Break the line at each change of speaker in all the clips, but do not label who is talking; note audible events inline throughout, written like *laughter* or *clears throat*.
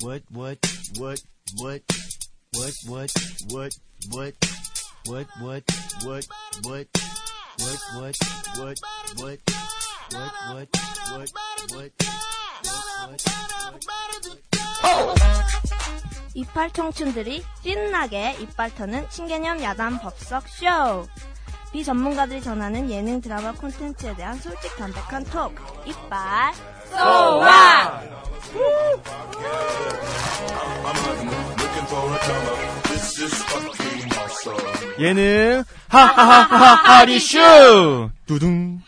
what, what, what, what, what, what, what, what, what, what, what, what, what, what, what, what, what, what, what, what, what,
이빨 청춘들이 신나게 이빨 터는 신개념 야단 법석 쇼. 비전문가들이 전하는 예능 드라마 콘텐츠에 대한 솔직 담백한 톡. 이빨 쏘와!
예능 하하하하 하디쇼 두둥.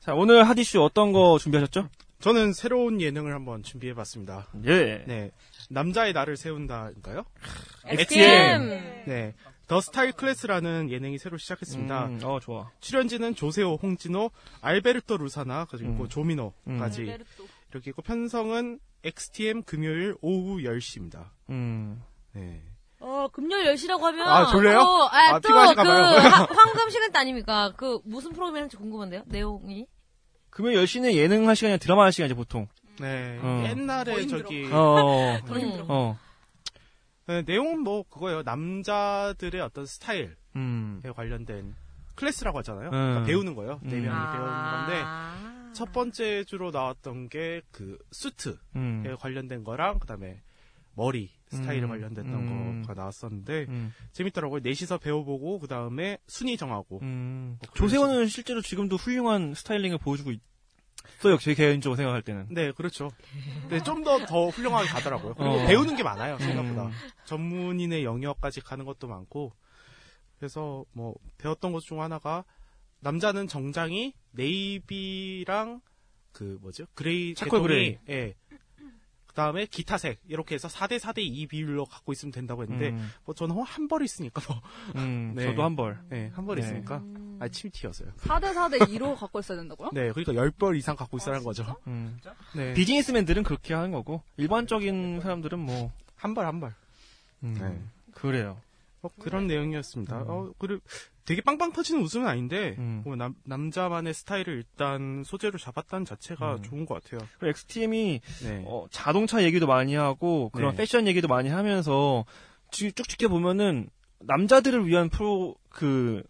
자, 오늘 하디쇼 어떤 거 준비하셨죠?
저는 새로운 예능을 한번 준비해봤습니다.
예.
네, 남자의 날을 세운다인가요?
아, XM.
네, 더 스타일 클래스라는 예능이 새로 시작했습니다.
음, 어, 좋아.
출연진은 조세호, 홍진호, 알베르토 루사나 그리고
음.
조민호까지 이렇게 있고 편성은 XTM 금요일 오후 10시입니다.
음.
네.
어, 금요일 10시라고 하면.
아, 졸려요?
어, 아,
아,
또,
피곤하실까
그,
봐요.
하-
*laughs*
황금 시간 대 아닙니까? 그, 무슨 프로그램인지 궁금한데요? 내용이?
음.
금요일 10시는 예능 할 시간이야, 드라마 할 시간이지, 보통.
네.
어.
옛날에 저기
어, 어.
음.
어.
네, 내용은 뭐 그거예요. 남자들의 어떤 스타일에
음.
관련된 클래스라고 하잖아요.
음.
그러니까 배우는 거예요. 네
음.
명이
아.
배우는 건데 첫 번째 주로 나왔던 게 그 수트에
음.
관련된 거랑 그다음에 머리 스타일에
음.
관련됐던
음.
거가 나왔었는데
음.
재밌더라고요. 넷이서 배워보고 그다음에 순위 정하고
음.
어,
조세호는 실제로 지금도 훌륭한 스타일링을 보여주고 있어요, 제 개인적으로 생각할 때는.
네, 그렇죠. 근데 좀 더 더 훌륭하게 가더라고요. 그리고
어.
배우는 게 많아요, 생각보다.
음.
전문인의 영역까지 가는 것도 많고. 그래서 뭐 배웠던 것 중 하나가 남자는 정장이 네이비랑 그 뭐죠? 그레이
차콜
계통이-
그레이.
예. 그다음에 기타색 이렇게 해서 4대 4대 2 비율로 갖고 있으면 된다고 했는데
음.
뭐 저는 한 벌 있으니까 뭐.
*laughs* 음,
네.
저도 한 벌.
예, 한 벌
네.
있으니까. 아, 침튀였어요.
4대 4대 2로 갖고 있어야 된다고요?
네, 그러니까 10벌 이상 갖고 있으라는 거죠.
음.
네.
비즈니스맨들은 그렇게 하는 거고, 일반적인 사람들은 뭐,
한 벌 한 벌.
음,
네.
그래요.
어, 그런 내용이었습니다.
네. 음.
어, 그리고 되게 빵빵 터지는 웃음은 아닌데,
음.
뭐 남, 남자만의 스타일을 일단 소재로 잡았다는 자체가
음.
좋은 것 같아요.
그리고 XTM이
네.
어, 자동차 얘기도 많이 하고 그런
네.
패션 얘기도 많이 하면서 지- 쭉 지켜보면은 남자들을 위한 프로 그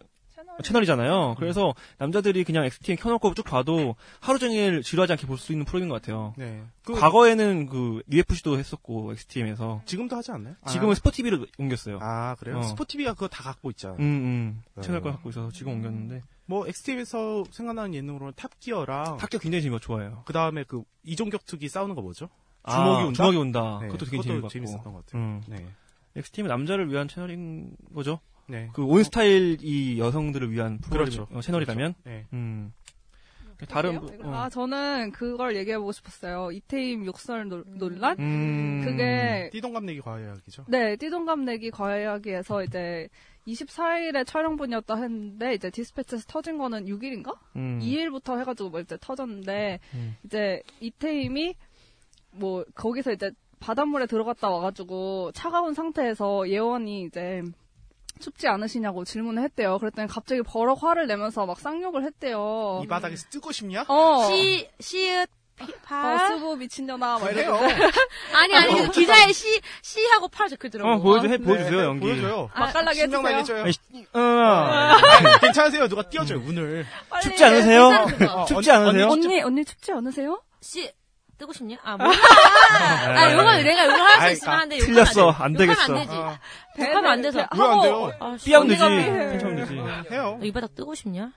채널이잖아요. 네. 그래서 남자들이 그냥 XTN 켜놓고 쭉 봐도 하루 종일 지루하지 않게 볼 수 있는 프로인 것 같아요.
네. 그,
과거에는 그 UFC도 했었고 XTM에서
지금도 하지 않나요?
지금은 스포티비로 옮겼어요.
아, 아, 그래요?
어.
스포티비가 그거 다 갖고 있잖아요.
음, 음. 채널 걸
어.
갖고 있어서 지금 옮겼는데
뭐, XTV에서 생각나는 예능으로는 탑기어랑,
학교 굉장히 재미가 좋아요.
그 다음에 그, 이종격 투기 싸우는 거 뭐죠?
아,
주먹이 온다?
주먹이 온다.
네,
그것도 되게
그것도
재밌었고.
재밌었던 것 같아요.
음.
네.
XTM은 남자를 위한 채널인 거죠.
네.
그 온스타일이 여성들을 위한 프로그램
그렇죠.
어, 채널이라면
네.
음. 다른 부- 어.
아, 저는 그걸 얘기해보고 싶었어요. 이태임 욕설 논- 논란?
음.
그게
어, 띠동갑내기 과외하기죠.
네, 띠동갑 내기 과외하기에서 이제 24일에 촬영분이었다 했는데 이제 디스패치에서 터진 거는 6일인가?
음.
2일부터 해가지고 뭐 이제 터졌는데
음.
이제 이태임이 뭐 거기서 이제 바닷물에 들어갔다 와가지고 차가운 상태에서 예원이 이제 춥지 않으시냐고 질문을 했대요. 그랬더니 갑자기 버럭 화를 내면서 막 쌍욕을 했대요.
이 바닥에서 뜨고 싶냐?
네. 어.
시, 시읒, 피-
어,
팔.
쓰고 미친년아. 막
그래요.
아니, 아니, 기자에 시, 시하고 팔 적혀있더라고요.
뭐
어, 보여줘,
아,
해, 보여주세요,
네,
연기.
보여줘요.
아,
맛깔나게
신명나게
아, 해주세요.
해줘요.
아니, 아,
아니, 괜찮으세요? 누가 띄워줘요, 운을.
빨리.
춥지 않으세요?
괜찮은 그거.
어,
춥지
언니,
않으세요?
언니, 언니 춥지 않으세요?
시, 뜨고 싶냐? 아, 뭐야. 아, 요건 내가 요걸 할 수
아이,
있으면
아,
하는데 요건
틀렸어.
안,
안
돼. 욕하면
되겠어.
안 되지.
아,
욕하면 안 돼서.
아,
왜안 돼요?
아, 씨,
삐하면 되지.
언니가 삐해.
괜찮으면 되지.
해요.
아, 이 바닥 뜨고 싶냐?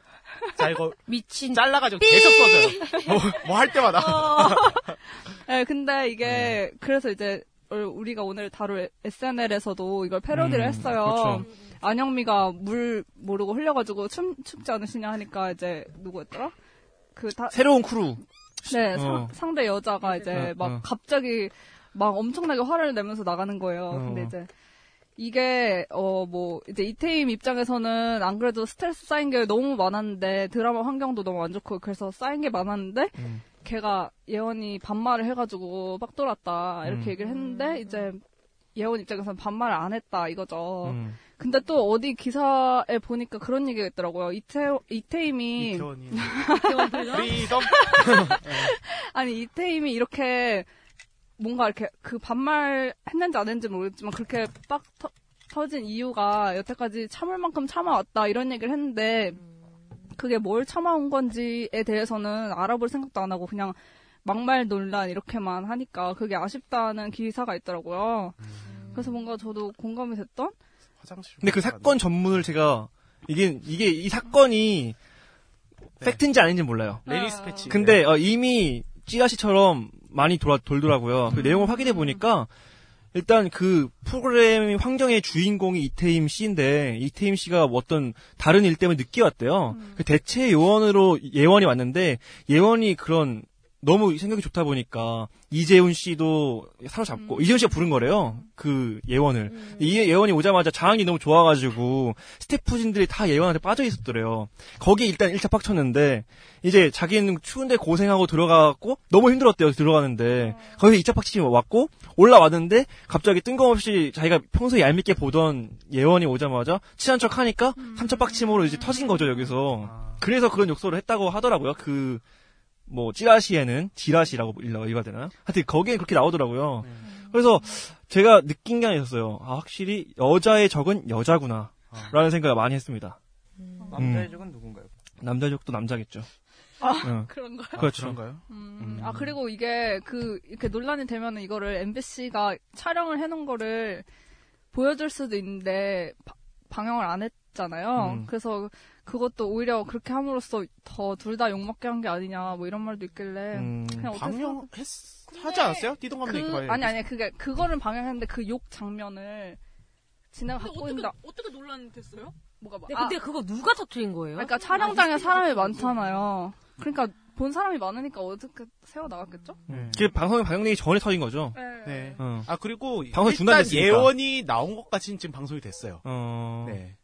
자, 이거
미친.
잘라가지고 계속 써줘요. 뭐 할 때마다.
어. *laughs* 네, 근데 이게 그래서 이제 어, 우리가 오늘 다룰 SNL에서도 이걸 패러디를
음,
했어요.
그렇죠.
안영미가 물 모르고 흘려가지고 춤 춥지 않으시냐 하니까 이제 누구였더라? 그 다,
새로운 크루.
네
어.
상, 상대 여자가 이제
어,
막
어.
갑자기 막 엄청나게 화를 내면서 나가는 거예요.
어.
근데 이제 이게 어 뭐 이제 이태임 입장에서는 안 그래도 스트레스 쌓인 게 너무 많았는데 드라마 환경도 너무 안 좋고 그래서 쌓인 게 많았는데
음.
걔가 예원이 반말을 해가지고 빡돌았다 이렇게
음.
얘기를 했는데 이제 예원 입장에서는 반말을 안 했다 이거죠.
음.
근데 또 어디 기사에 보니까 그런 얘기가 있더라고요. 이태 이태임이
이태원이 프리덤
아니 이태임이 이렇게 뭔가 이렇게 그 반말 했는지 안 했는지 모르겠지만 그렇게 빡 터, 터진 이유가 여태까지 참을 만큼 참아왔다 이런 얘기를 했는데 그게 뭘 참아온 건지에 대해서는 알아볼 생각도 안 하고 그냥 막말 논란 이렇게만 하니까 그게 아쉽다는 기사가 있더라고요.
음.
그래서 뭔가 저도 공감이 됐던
화장실.
근데 그 사건 전문을 제가 이게 이게 이 사건이
네.
팩트인지 아닌지 몰라요.
레리 스패치.
근데 어, 이미 찌라시처럼 많이 돌아, 돌더라고요. 그 내용을 확인해 보니까 일단 그 프로그램 환경의 주인공이 이태임 씨인데 이태임 씨가 어떤 다른 일 때문에 늦게 왔대요. 그 대체 요원으로 예원이 왔는데 예원이 그런 너무 생각이 좋다 보니까 이재훈 씨도 사로잡고 이재훈 씨가 부른 거래요. 그 예원을. 이 예원이 오자마자 장학이 너무 좋아가지고 스태프진들이 다 예원한테 빠져 있었더래요. 거기에 일단 1차 빡쳤는데 이제 자기는 추운데 고생하고 들어갔고 너무 힘들었대요 들어가는데 거기서 2차 팍치기 왔고 올라왔는데 갑자기 뜬금없이 자기가 평소에 얄밉게 보던 예원이 오자마자 친한 척 하니까 3차 빡침으로 이제 터진 거죠 여기서
아,
그래서 그런 욕설을 했다고 하더라고요 그 뭐 찌라시에는 지라시라고 일러 이가 되나요? 하여튼 거기에 그렇게 나오더라고요
네.
그래서 제가 느낀 게 하나 있었어요 아 확실히 여자의 적은 여자구나
아.
라는 생각을 많이 했습니다 남자의
적은 누군가요?
남자 적도 남자겠죠 응.
그런 걸.
아,
그렇죠.
그런가요?
네,
음, 아 그리고 이게 그 이렇게 논란이 되면은 이거를 MBC가 촬영을 해놓은 거를 보여줄 수도 있는데 바- 방영을 안 했잖아요.
음.
그래서 그것도 오히려 그렇게 함으로써 더 둘 다 욕먹게 한 게 아니냐 뭐 이런 말도 있길래
음.
그냥 어떻게
방영 했 하지 않았어요? 띠동 감독이
그
봐요.
아니 아니 그게 그거를 방영했는데 그 욕 장면을 진행 갖고 있다
어떻게 논란 됐어요?
뭐가 막
네,
아,
근데 그거 누가 터트린 거예요?
그러니까
아,
촬영장에 사람이 많잖아요. 그러니까 본 사람이 많으니까 어떻게 세워 나갔겠죠?
네.
그 방송이 방영되기 전에 터진 거죠.
네.
어.
아 그리고
방송이
일단
중단됐으니까.
예원이 나온 것까지는 지금 방송이 됐어요.
어.
네.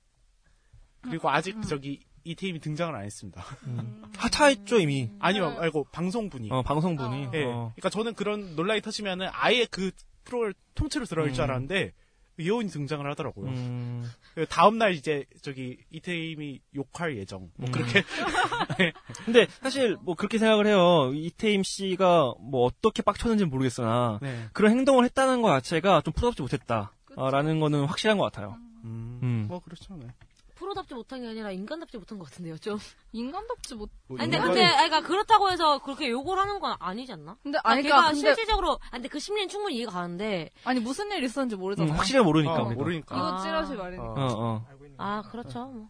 그리고 아직
음.
저기 이태임이 등장을 안 했습니다.
음. 하차했죠 이미.
음.
아니요, 아니고 방송분이.
어, 방송분이.
예.
어.
그러니까 저는 그런 논란이 터지면은 아예 그 프로를 통째로 들어갈 줄
음.
알았는데 예원이 등장을 하더라고요.
음.
그 다음 날 이제 저기 이태임이 욕할 예정. 뭐 그렇게
*laughs* 근데 사실 뭐 그렇게 생각을 해요. 이태임 씨가 뭐 어떻게 빡쳤는지는 모르겠으나
네.
그런 행동을 했다는 것 자체가 좀 풀어잡지 못했다라는 거는 확실한 것 같아요.
음.
음.
뭐 그렇죠. 네.
프로답지 못한 게 아니라 인간답지 못한 것 같은데요, 좀.
인간답지 못.
뭐
아니, 근데,
이런
근데, 아니, 그러니까 그렇다고 해서 그렇게 욕을 하는 건 아니지 않나?
근데
아,
아니
걔가
그러니까 근데
실질적으로, 아, 근데 그 심리는 충분히 이해가 가는데,
아니 무슨 일 있었는지
음,
모르잖아.
확실히 모르니까.
어,
우리가.
모르니까.
이거
아.
찌라시 말이니까.
어, 어.
아, 그렇죠. 뭐.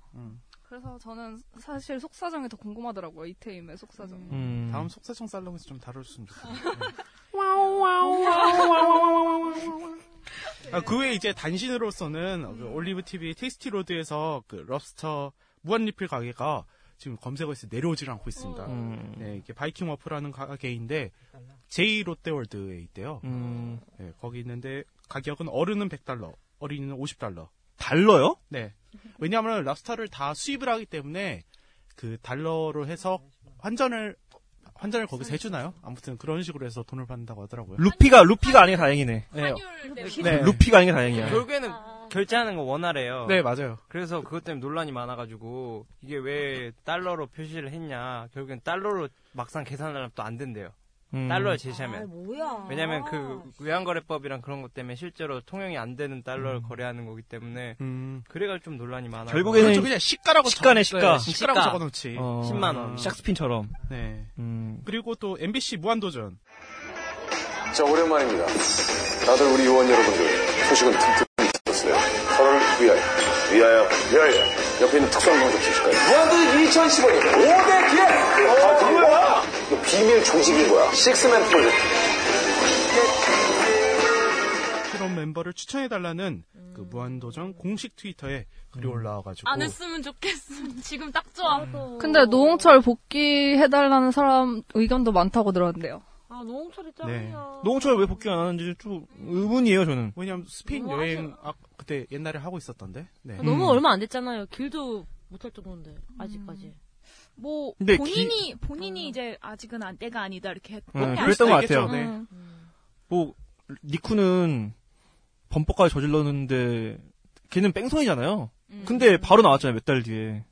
그래서 저는 사실 속사정이 더 궁금하더라고요. 이태임의 속사정.
음.
다음 속세청 살롱에서 좀 다뤄줬으면 좋겠어요. 아, 그 외에 이제 단신으로서는 그
음.
올리브 TV 테이스티 로드에서 그 럽스터 무한 리필 가게가 지금 검색어에서 내려오질 않고 있습니다.
음.
네, 이게 바이킹 워프라는 가게인데 J 롯데월드에 있대요.
음.
네, 거기 있는데 가격은 어른은 100달러, 어린이는 50달러.
달러요?
네. 왜냐하면 랍스타를 다 수입을 하기 때문에 그 달러로 해서 환전을 환전을 거기서 해주나요? 아무튼 그런 식으로 해서 돈을 받는다고 하더라고요.
루피가 루피가 아닌 게 다행이네.
음.
네.
네.
루피가 아닌 게 다행이야.
결국에는 결제하는 거 원하래요.
네 맞아요.
그래서 그것 때문에 논란이 많아가지고 이게 왜 달러로 표시를 했냐. 결국엔 달러로 막상 계산하면 또 안 된대요.
음.
달러를 제시하면.
아, 뭐야.
네.
아.
왜냐면 그 외환거래법이랑 그런 것 때문에 실제로 통용이 안 되는 달러를 거래하는 거기 때문에
음.
그래가지고 좀 논란이 많아요.
음.
네.
결국에는
그렇죠. 그냥 시가라고
시가네, 음,
적-
시가.
네, 시가라고
시가.
적어놓지.
어.
10만 원.
샥스핀처럼.
네.
음.
그리고 또 MBC 무한도전.
자, 오랜만입니다. 다들 우리 요원 여러분들 소식은 틈틈이 들었어요. 서로를 위하여. 위하여. 위하여. 옆에 있는 특수한 방송 주실까요? 무한도전 2015년 5대 기획! 아, 정말야 이거 비밀 조직인 거야. 식스맨 프로젝트.
그런 멤버를 추천해달라는
음.
그 무한도전 공식 트위터에 글이
음.
올라와가지고. 네.
안 했으면 좋겠음. *laughs* 지금 딱 좋아.
근데 노홍철 복귀해달라는 사람 의견도 많다고 들었는데요.
아, 노홍철이
네.
짱이야.
노홍철 왜 복귀 안 하는지 좀 의문이에요 저는.
왜냐면 스페인
뭐
여행 아, 그때 옛날에 하고 있었던데. 네.
음,
너무 얼마 안 됐잖아요. 길도 못할 정도인데 아직까지.
뭐
근데
본인이 본인이 이제 아직은 안, 때가 아니다 이렇게 했던
네,
게 아닐
그랬던 것
수도
같아요.
있겠죠. 음.
뭐 니쿠는 범퍼까지 저질렀는데 걔는 뺑소니잖아요. 근데 바로 나왔잖아요 몇 달 뒤에.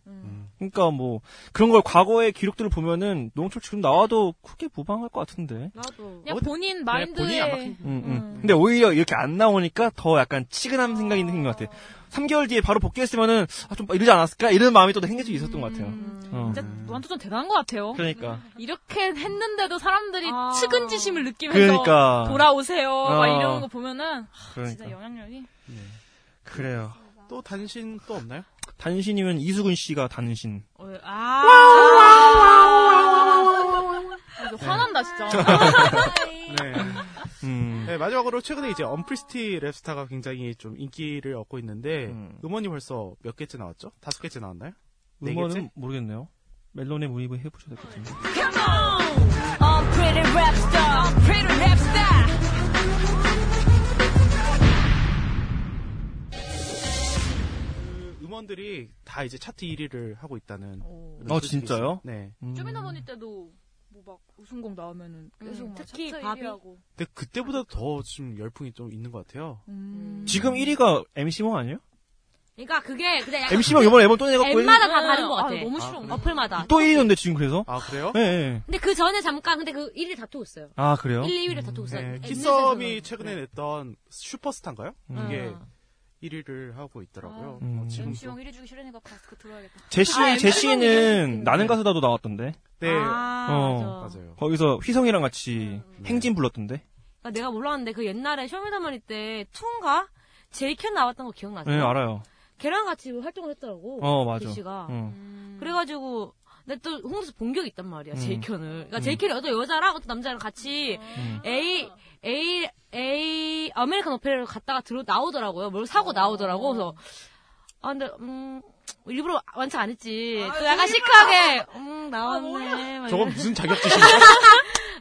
그러니까 뭐 그런 걸 과거의 기록들을 보면은 노홍철 지금 나와도 크게 무방할 것 같은데.
그냥
뭐, 네,
본인 마인드에
음, 아. 음. 근데 오히려 이렇게 안 나오니까 더 약간 치근한 생각이 생긴 것 같아. 3개월 뒤에 바로 복귀했으면은 아, 좀 이러지 않았을까 이런 마음이 또 생길 수 있었던 것 같아요. 어.
음. 진짜 완전 대단한 것 같아요.
그러니까.
이렇게 했는데도 사람들이
아.
측은지심을 느끼면서
그러니까.
돌아오세요 막
어.
이러는 거 보면은 하,
그러니까.
진짜 영향력이
그래요.
네. 또 단신 또 없나요?
단신이면 이수근 씨가 단신.
어,
아
아.
아,
이거 화난다 진짜
네.
음.
네, 마지막으로 최근에 이제 언프리스티 랩스타가 굉장히 좀 인기를 얻고 있는데 음원이 벌써 몇 개째 나왔죠? 다섯 개째 나왔나요? 네
음원은
개째?
모르겠네요. 멜론에 모입을 해보셔야 될 것 같은데.
Come on! I'm pretty rap star. I'm pretty rap star.
그 음원들이 다 이제 차트 1위를 하고 있다는.
아, 진짜요?
네.
음.
쇼미더 머니 때도 뭐 막 우승곡 나오면은 계속 막
음, 특히
차트
바비.
1위하고.
근데 그때보다 더 지금 열풍이 좀 있는 것 같아요.
음.
음.
음.
지금 1위가 MC몽 아니에요?
그러니까 그게 그냥 약간
MC 가 이번에 앨범 또 내갖고
앱마다 다
했는데.
다른 것
아,
같아.
너무 싫어.
어플마다.
또 1위던데 지금 그래서?
아 그래요?
예. 예.
근데 그 전에 잠깐 근데 그 1위 다투고 있어요.
아, 그래요?
1, 2위를 다투고 있어요.
네,
앱
키썸이
리스에서는.
최근에 냈던 슈퍼스타인가요?
음.
이게
아.
1위를 하고 있더라고요. 어, 지금
MC 형 1위 주기 싫으니까 가스크 들어야겠다.
제시, 제시는 나는 가수다도 나왔던데. 어.
네.
아, 맞아. 음.
맞아요.
거기서 휘성이랑 같이 행진 불렀던데.
그러니까 내가 몰랐는데 그 옛날에 쇼미더머니 때 투인가 제이켄 나왔던 거 기억나세요?
예, 알아요.
걔랑 같이 활동을 했더라고.
어, 맞아.
씨가.
응.
그래가지고 근데 또 홍수 본격 있단 음. 말이야
음.
제이켄을. 그러니까
음.
제이켄이 어떤 여자랑 어떤 남자랑 같이 A A A 아메리칸 오페라를 갔다가 들어 나오더라고요. 뭘 사고 나오더라고. 그래서 아 근데 음 일부러 완창 안 했지.
아,
또 약간 시크하게 음 나왔네. 막
저거
이러면서. *laughs*
무슨 자격지심이야?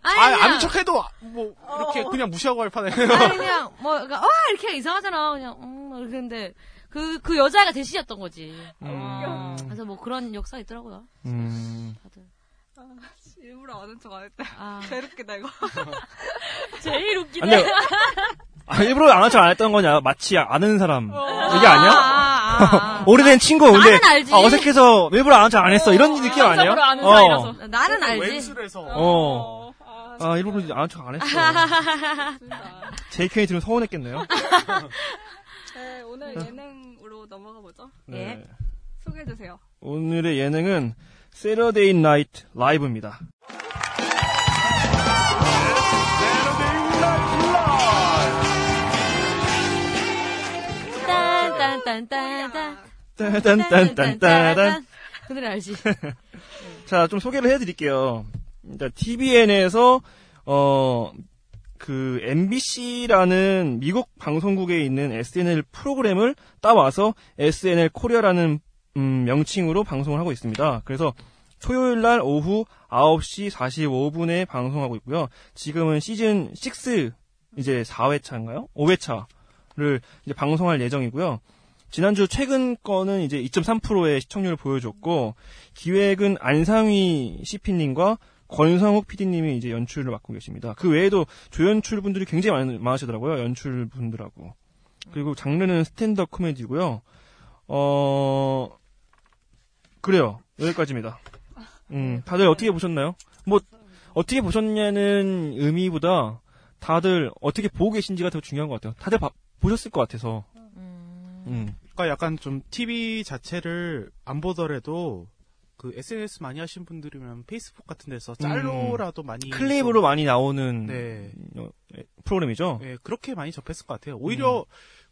아니,
아,
그냥-
아는 척해도 뭐 이렇게 그냥 무시하고 할 판에.
어. 아니 그냥 뭐 그러니까 와 이렇게 이상하잖아 그냥 음 근데 그 그 여자가 대시였던 거지 아, 그래서 뭐 그런 역사 있더라고요 *laughs*
음.
아, 일부러 아는 척 안 했다.
아.
*laughs* 괴롭겠다 이거. 제일
아니,
*laughs*
아, 일부러 안 한 척 안 했던 거냐? 마치 아는 사람.
어.
이게 아니야? 오래된 친구, 근데
나는 알지.
아, 어색해서 일부러 안 한 척 안 했어. 이런 느낌 아니야? 어.
나는 알지
어. 아, 일부러 안 한 척 안 했어.
*laughs*
JK 들으면 서운했겠네요.
네, 오늘
네.
예능으로 넘어가 보죠.
네. 예.
소개해 주세요.
오늘의 예능은 세러데이 나이트 라이브입니다.
딴딴딴딴딴
딴딴딴딴딴.
그 노래 알지
자, 좀 소개를 해드릴게요. 일단 TVN에서 어, 그 MBC라는 미국 방송국에 있는 SNL 프로그램을 따와서 SNL 코리아라는 음, 명칭으로 방송을 하고 있습니다. 그래서 토요일 날 오후 9시 45분에 방송하고 있고요. 지금은 시즌 6 이제 4회차인가요? 5회차를 이제 방송할 예정이고요. 지난주 최근 거는 이제 2.3%의 시청률을 보여줬고 기획은 안상희 CP님과 권성욱 PD님이 이제 연출을 맡고 계십니다. 그 외에도 조연출 분들이 굉장히 많, 많으시더라고요. 연출 분들하고 그리고 장르는 스탠드업 코미디고요. 어 그래요 여기까지입니다. 음 다들 어떻게 보셨나요? 뭐 어떻게 보셨냐는 의미보다 다들 어떻게 보고 계신지가 더 중요한 것 같아요. 다들 봐- 보셨을 것 같아서. 음.
그러니까 약간 좀 TV 자체를 안 보더라도 그 SNS 많이 하신 분들이면 페이스북 같은 데서 짤로라도
음.
많이
클립으로 많이 나오는
네.
어, 에, 프로그램이죠.
예, 그렇게 많이 접했을
음.
것 같아요. 오히려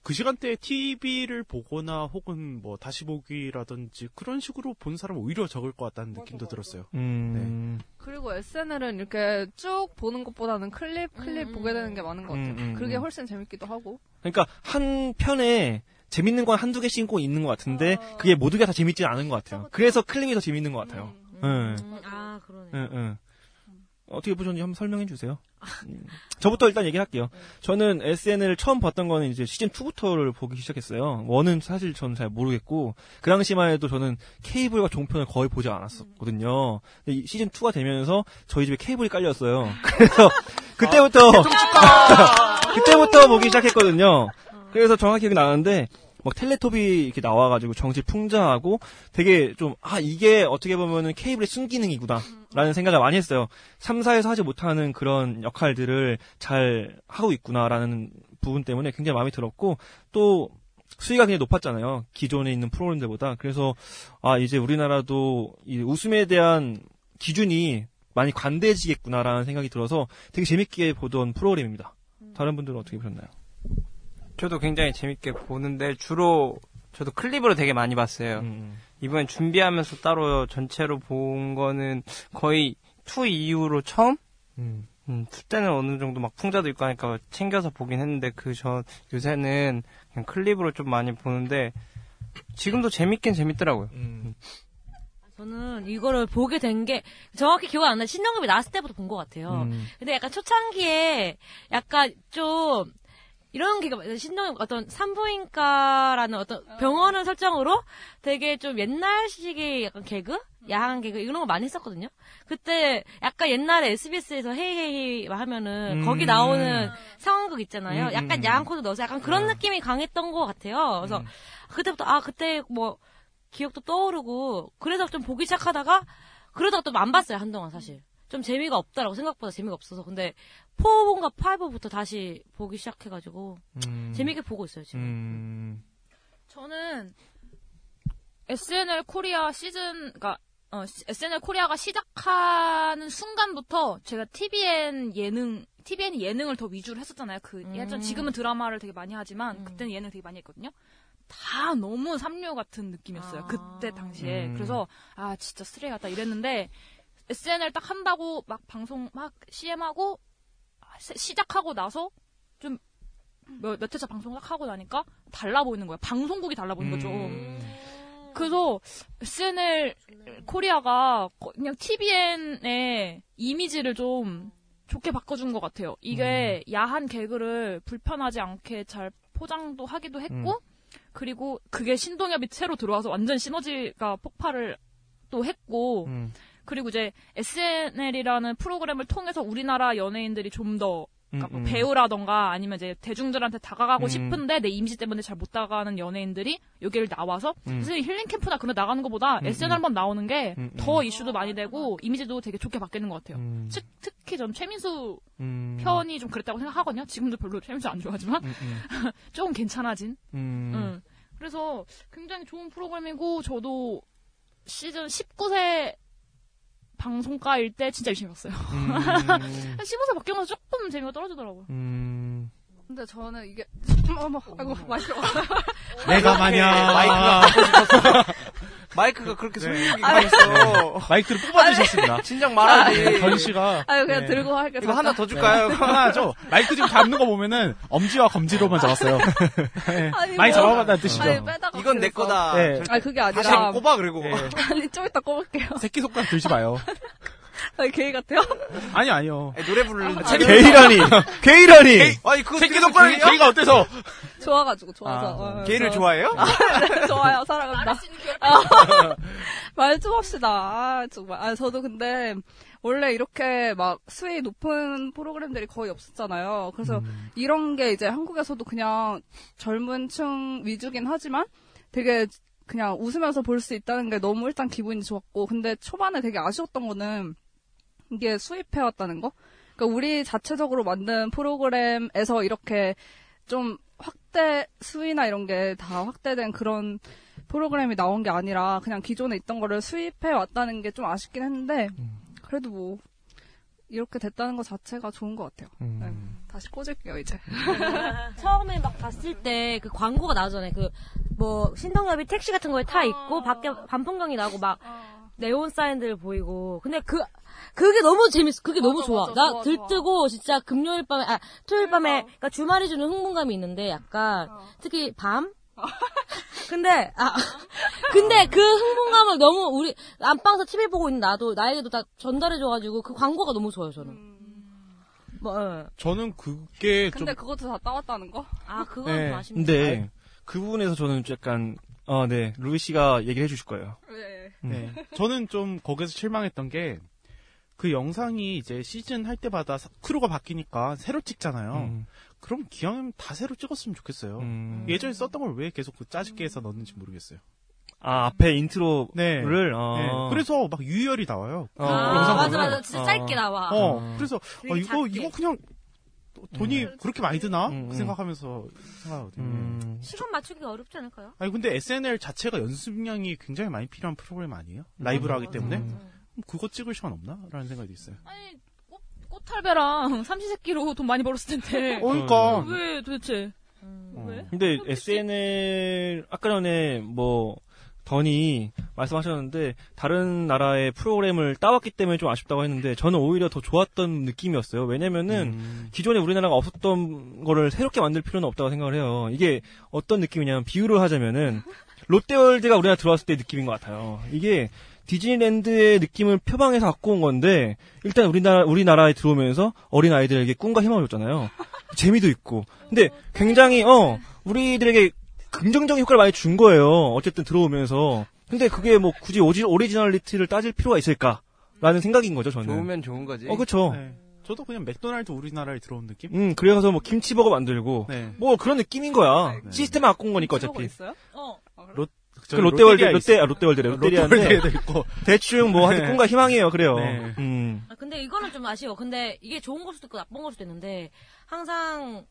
그 시간대에 TV를 보거나 혹은 뭐 다시 보기라든지 그런 식으로 본 사람은 오히려 적을 것 같다는 느낌도 들었어요. 네.
음.
그리고 SNL은 이렇게 쭉 보는 것보다는 클립 클립 보게 되는 게 많은 것 같아요.
음, 음,
그게
음.
훨씬 재밌기도 하고.
그러니까 한 편에 재밌는 건 한두 개씩 꼭 있는 것 같은데 그게 모두가 다
음.
재밌지 않은 것 음, 같아요. 그래서 클립이 더 재밌는 것 같아요. 예.
아 그러네
예, 예. 어떻게 보셨는지 한번 설명해 주세요. 음, 저부터 일단 얘기를 할게요. 저는 SNL 처음 봤던 거는 이제 시즌 2부터를 보기 시작했어요. 원은 사실 저는 잘 모르겠고 그 당시만 해도 저는 케이블과 종편을 거의 보지 않았었거든요. 근데 이 시즌 2가 되면서 저희 집에 케이블이 깔렸어요. *laughs* 그래서 그때부터 *laughs* 그때부터 보기 시작했거든요. 그래서 정확히 기억이 나는데 막 텔레토비 이렇게 나와가지고 정치 풍자하고 되게 좀 아 이게 어떻게 보면은 케이블의 순기능이구나라는 생각을 많이 했어요. 3사에서 하지 못하는 그런 역할들을 잘 하고 있구나라는 부분 때문에 굉장히 마음에 들었고 또 수위가 굉장히 높았잖아요. 기존에 있는 프로그램들보다. 그래서 아 이제 우리나라도 이 웃음에 대한 기준이 많이 관대해지겠구나라는 생각이 들어서 되게 재밌게 보던 프로그램입니다. 다른 분들은 어떻게 보셨나요?
저도 굉장히 재밌게 보는데 주로 저도 클립으로 되게 많이
음,
음.
봤어요. 이번에 준비하면서 따로 전체로
*laughs*
본 거는 거의 2 이후로 처음?
음.
음, 2 때는 어느 정도 막 풍자도 있고 하니까 챙겨서 보긴 했는데 그 전 요새는 그냥 클립으로 좀 많이 보는데 지금도 재밌긴 재밌더라고요.
저는 이거를 보게 된 게 정확히 기억 안 나. 신동엽이 나왔을 때부터 본 것 같아요.
음.
근데 약간 초창기에 약간 좀 이런 게 신동엽 어떤 산부인과라는 어떤 병원을 설정으로 되게 좀 옛날식의 약간 개그? 야한 개그 이런 거 많이 했었거든요. 그때 약간 옛날에 SBS에서 헤이헤이 하면은
음.
거기 나오는 상황극 있잖아요.
음,
약간
음, 아.
야한 코드 넣어서 약간 그런 느낌이 강했던 것 같아요. 그래서 그때부터 아 그때 뭐 기억도 떠오르고 그래서 좀 보기 시작하다가 그러다가 또 안 봤어요 한동안 사실 좀 재미가 없더라고 생각보다 재미가 없어서 근데 4번과 5부터 다시 보기 시작해가지고
음.
재미있게 보고 있어요 지금
음. 저는 SNL 코리아 시즌, 그러니까 어, 시- SNL 코리아가 시작하는 순간부터 제가 TVN 예능, TVN 예능을 더 위주로 했었잖아요. 그 예전 지금은 드라마를 되게 많이 하지만 그때는 예능 되게 많이 했거든요. 다 너무 삼류 같은 느낌이었어요. 그때 당시에.
음.
그래서 아 진짜 쓰레기 같다 이랬는데 SNL 딱 한다고 막 방송 막 CM하고 시작하고 나서 좀 몇, 몇 회차 방송 딱 하고 나니까 달라 보이는 거야. 방송국이 달라 보이는
음.
거죠. 그래서 SNL 코리아가 거- 그냥 TVN의 이미지를 좀 좋게 바꿔준 것 같아요. 이게 야한 개그를 불편하지 않게 잘 포장도 하기도 했고, 그리고 그게 신동엽이 새로 들어와서 완전 시너지가 폭발을 또 했고,
음.
음.
그리고 이제 SNL이라는 프로그램을 통해서 우리나라 연예인들이 좀 더
음, 음.
그러니까 뭐 배우라던가 아니면 이제 대중들한테 다가가고
음.
싶은데 내 이미지 때문에 잘 못 다가가는 연예인들이 여기를 나와서
음.
사실 힐링캠프나 그런 데 나가는 것보다
음,
SNL 한번 나오는 게
음,
더 이슈도 많이 되고 이미지도 되게 좋게 바뀌는 것 같아요. 특, 특히 전 최민수
음.
편이 좀 그랬다고 생각하거든요. 지금도 별로 최민수 안 좋아하지만 조금 괜찮아진
음.
응. 그래서 굉장히 좋은 프로그램이고 저도 시즌 19세 방송가일 때 진짜 열심히 봤어요.
음.
한 15세 바뀌면서 조금 재미가 떨어지더라고요.
음.
근데 저는 이게 *laughs* 어머 아이고
*laughs*
맛있어.
내가 마냥.
네,
*laughs*
마이크가 갖고 싶었어. 마이크가 그렇게 소리
네.
가만 있어.
네. 마이크를 뽑아주셨습니다.
진작 말하지.
아, 전 씨가.
아유, 그냥 들고 할게요.
네. 이거
잠깐.
하나 더 줄까요?
네, 하나죠. 마이크 지금 잡는 거 보면은 엄지와 검지로만 잡았어요. 네,
아니,
많이
뭐-
잡아봤다는 뜻이죠.
아니, 빼다가
이건 내
그래서.
거다.
네.
절대.
아니, 그게 아니라-
다시 꼽아 그리고.
*laughs*
아니 좀 이따 꼽을게요.
새끼 손가락 들지 마요.
아니 개이 같아요? *laughs*
아니 아니요.
노래 부르는데.
아,
게이라니. 게이라니.
게이- 아니, 그거
새끼
들으면
손가락이
게이야?
게이가 어때서?
좋아가지고 좋아서.
아,
어,
게이를
저-
좋아해요?
네, *laughs* 좋아요. 사랑합니다. 아, *laughs* 말 좀 합시다. 아, 정말. 아, 저도 근데 원래 이렇게 막 수위 높은 프로그램들이 거의 없었잖아요. 그래서
음.
이런 게 이제 한국에서도 그냥 젊은 층 위주긴 하지만 되게 그냥 웃으면서 볼 수 있다는 게 너무 일단 기분이 좋았고 근데 초반에 되게 아쉬웠던 거는 이게 수입해왔다는 거? 그러니까 우리 자체적으로 만든 프로그램에서 이렇게 좀 확대 수위나 이런 게 다 확대된 그런 프로그램이 나온 게 아니라 그냥 기존에 있던 거를 수입해 왔다는 게 좀 아쉽긴 했는데
음.
그래도 뭐 이렇게 됐다는 것 자체가 좋은 것 같아요.
음.
네, 다시 꽂을게요 이제.
*laughs* 처음에 막 봤을 때 그 광고가 나오잖아요 그 뭐 신동엽이 택시 같은 거에 타 있고 밖에 반풍경이 나고 막 네온 사인들 보이고 근데 그 그게 너무 재밌어. 그게 너무 좋아.
맞아,
나
좋아,
들뜨고 진짜 금요일 밤에 아 토요일 밤에 그러니까 주말이 어. *laughs* 주는 흥분감이 있는데 약간 특히 밤 근데 아 근데 그 흥분감을 너무 우리 안방에서 TV 보고 있는 나도 나에게도 다 전달해줘가지고 그 광고가 너무 좋아요 저는. 뭐, 예.
저는 그게 좀
근데 그것도 다 따왔다는 거?
아 그건
네.
좀 아쉽네요.
근데 그 부분에서 저는 약간 어, 네 루이 씨가 얘기를 해주실 거예요.
네. 저는 좀 거기서 실망했던 게, 그 영상이 이제 시즌 할 때마다 사- 크루가 바뀌니까 새로 찍잖아요.
어.
그럼 기왕이면 다 새로 찍었으면 좋겠어요. 예전에 썼던 걸 왜 계속 그 짜집게 해서 넣는지 모르겠어요.
아 앞에 인트로를
네. 네.
어.
그래서 막 유열이 나와요.
아,
어, 영상
맞아,
보면.
맞아. 진짜 짧게 나와.
어,
음.
그래서
되게
아, 이거
작게.
이거 그냥 돈이 그렇게 많이 드나?
음.
그 생각하면서 생각하거든요. 음.
시간 맞추기 가 어렵지 않을까요?
아니 근데 SNL 자체가 연습량이 굉장히 많이 필요한 프로그램 아니에요?
음.
라이브로 하기 음. 때문에 그럼 그거 찍을 시간 없나? 라는 생각이 있어요.
꽃탈배랑 삼시세끼로 돈 많이 벌었을 텐데.
어, 그러니까.
왜 도대체?
근데 SNL 아까 전에 뭐 더니 말씀하셨는데 다른 나라의 프로그램을 따왔기 때문에 좀 아쉽다고 했는데 저는 오히려 더 좋았던 느낌이었어요. 왜냐면은 기존에 우리나라가 없었던 거를 새롭게 만들 필요는 없다고 생각을 해요. 이게 어떤 느낌이냐면 비유를 하자면은 롯데월드가 우리나라 들어왔을 때 느낌인 것 같아요. 이게 디즈니랜드의 느낌을 표방해서 갖고 온 건데 일단 우리나라 우리나라에 들어오면서 어린 아이들에게 꿈과 희망을 줬잖아요. 재미도 있고. 근데 굉장히 어 우리들에게 긍정적인 효과를 많이 준 거예요. 어쨌든 들어오면서. 근데 그게 뭐 굳이 오지, 오리지널리티를 따질 필요가 있을까라는 생각인 거죠, 저는.
좋으면 좋은 거지.
어, 그쵸.
네. 저도 그냥 맥도날드 우리나라에 들어온 느낌? 네.
음, 그래서 뭐 김치버거 만들고 뭐 그런 느낌인 거야. 시스템 을 갖고 온 거니까 어차피.
롯,
그 롯데월드, 롯데, 아, 롯데월드래. 롯데리아인데
롯데월드에도 있고.
대충 뭐 하여튼
네.
꿈과 희망이에요. 그래요.
네.
음.
아, 근데 이거는 좀 아쉬워. 근데 이게 좋은 걸 수도 있고 나쁜 걸 수도 있는데 항상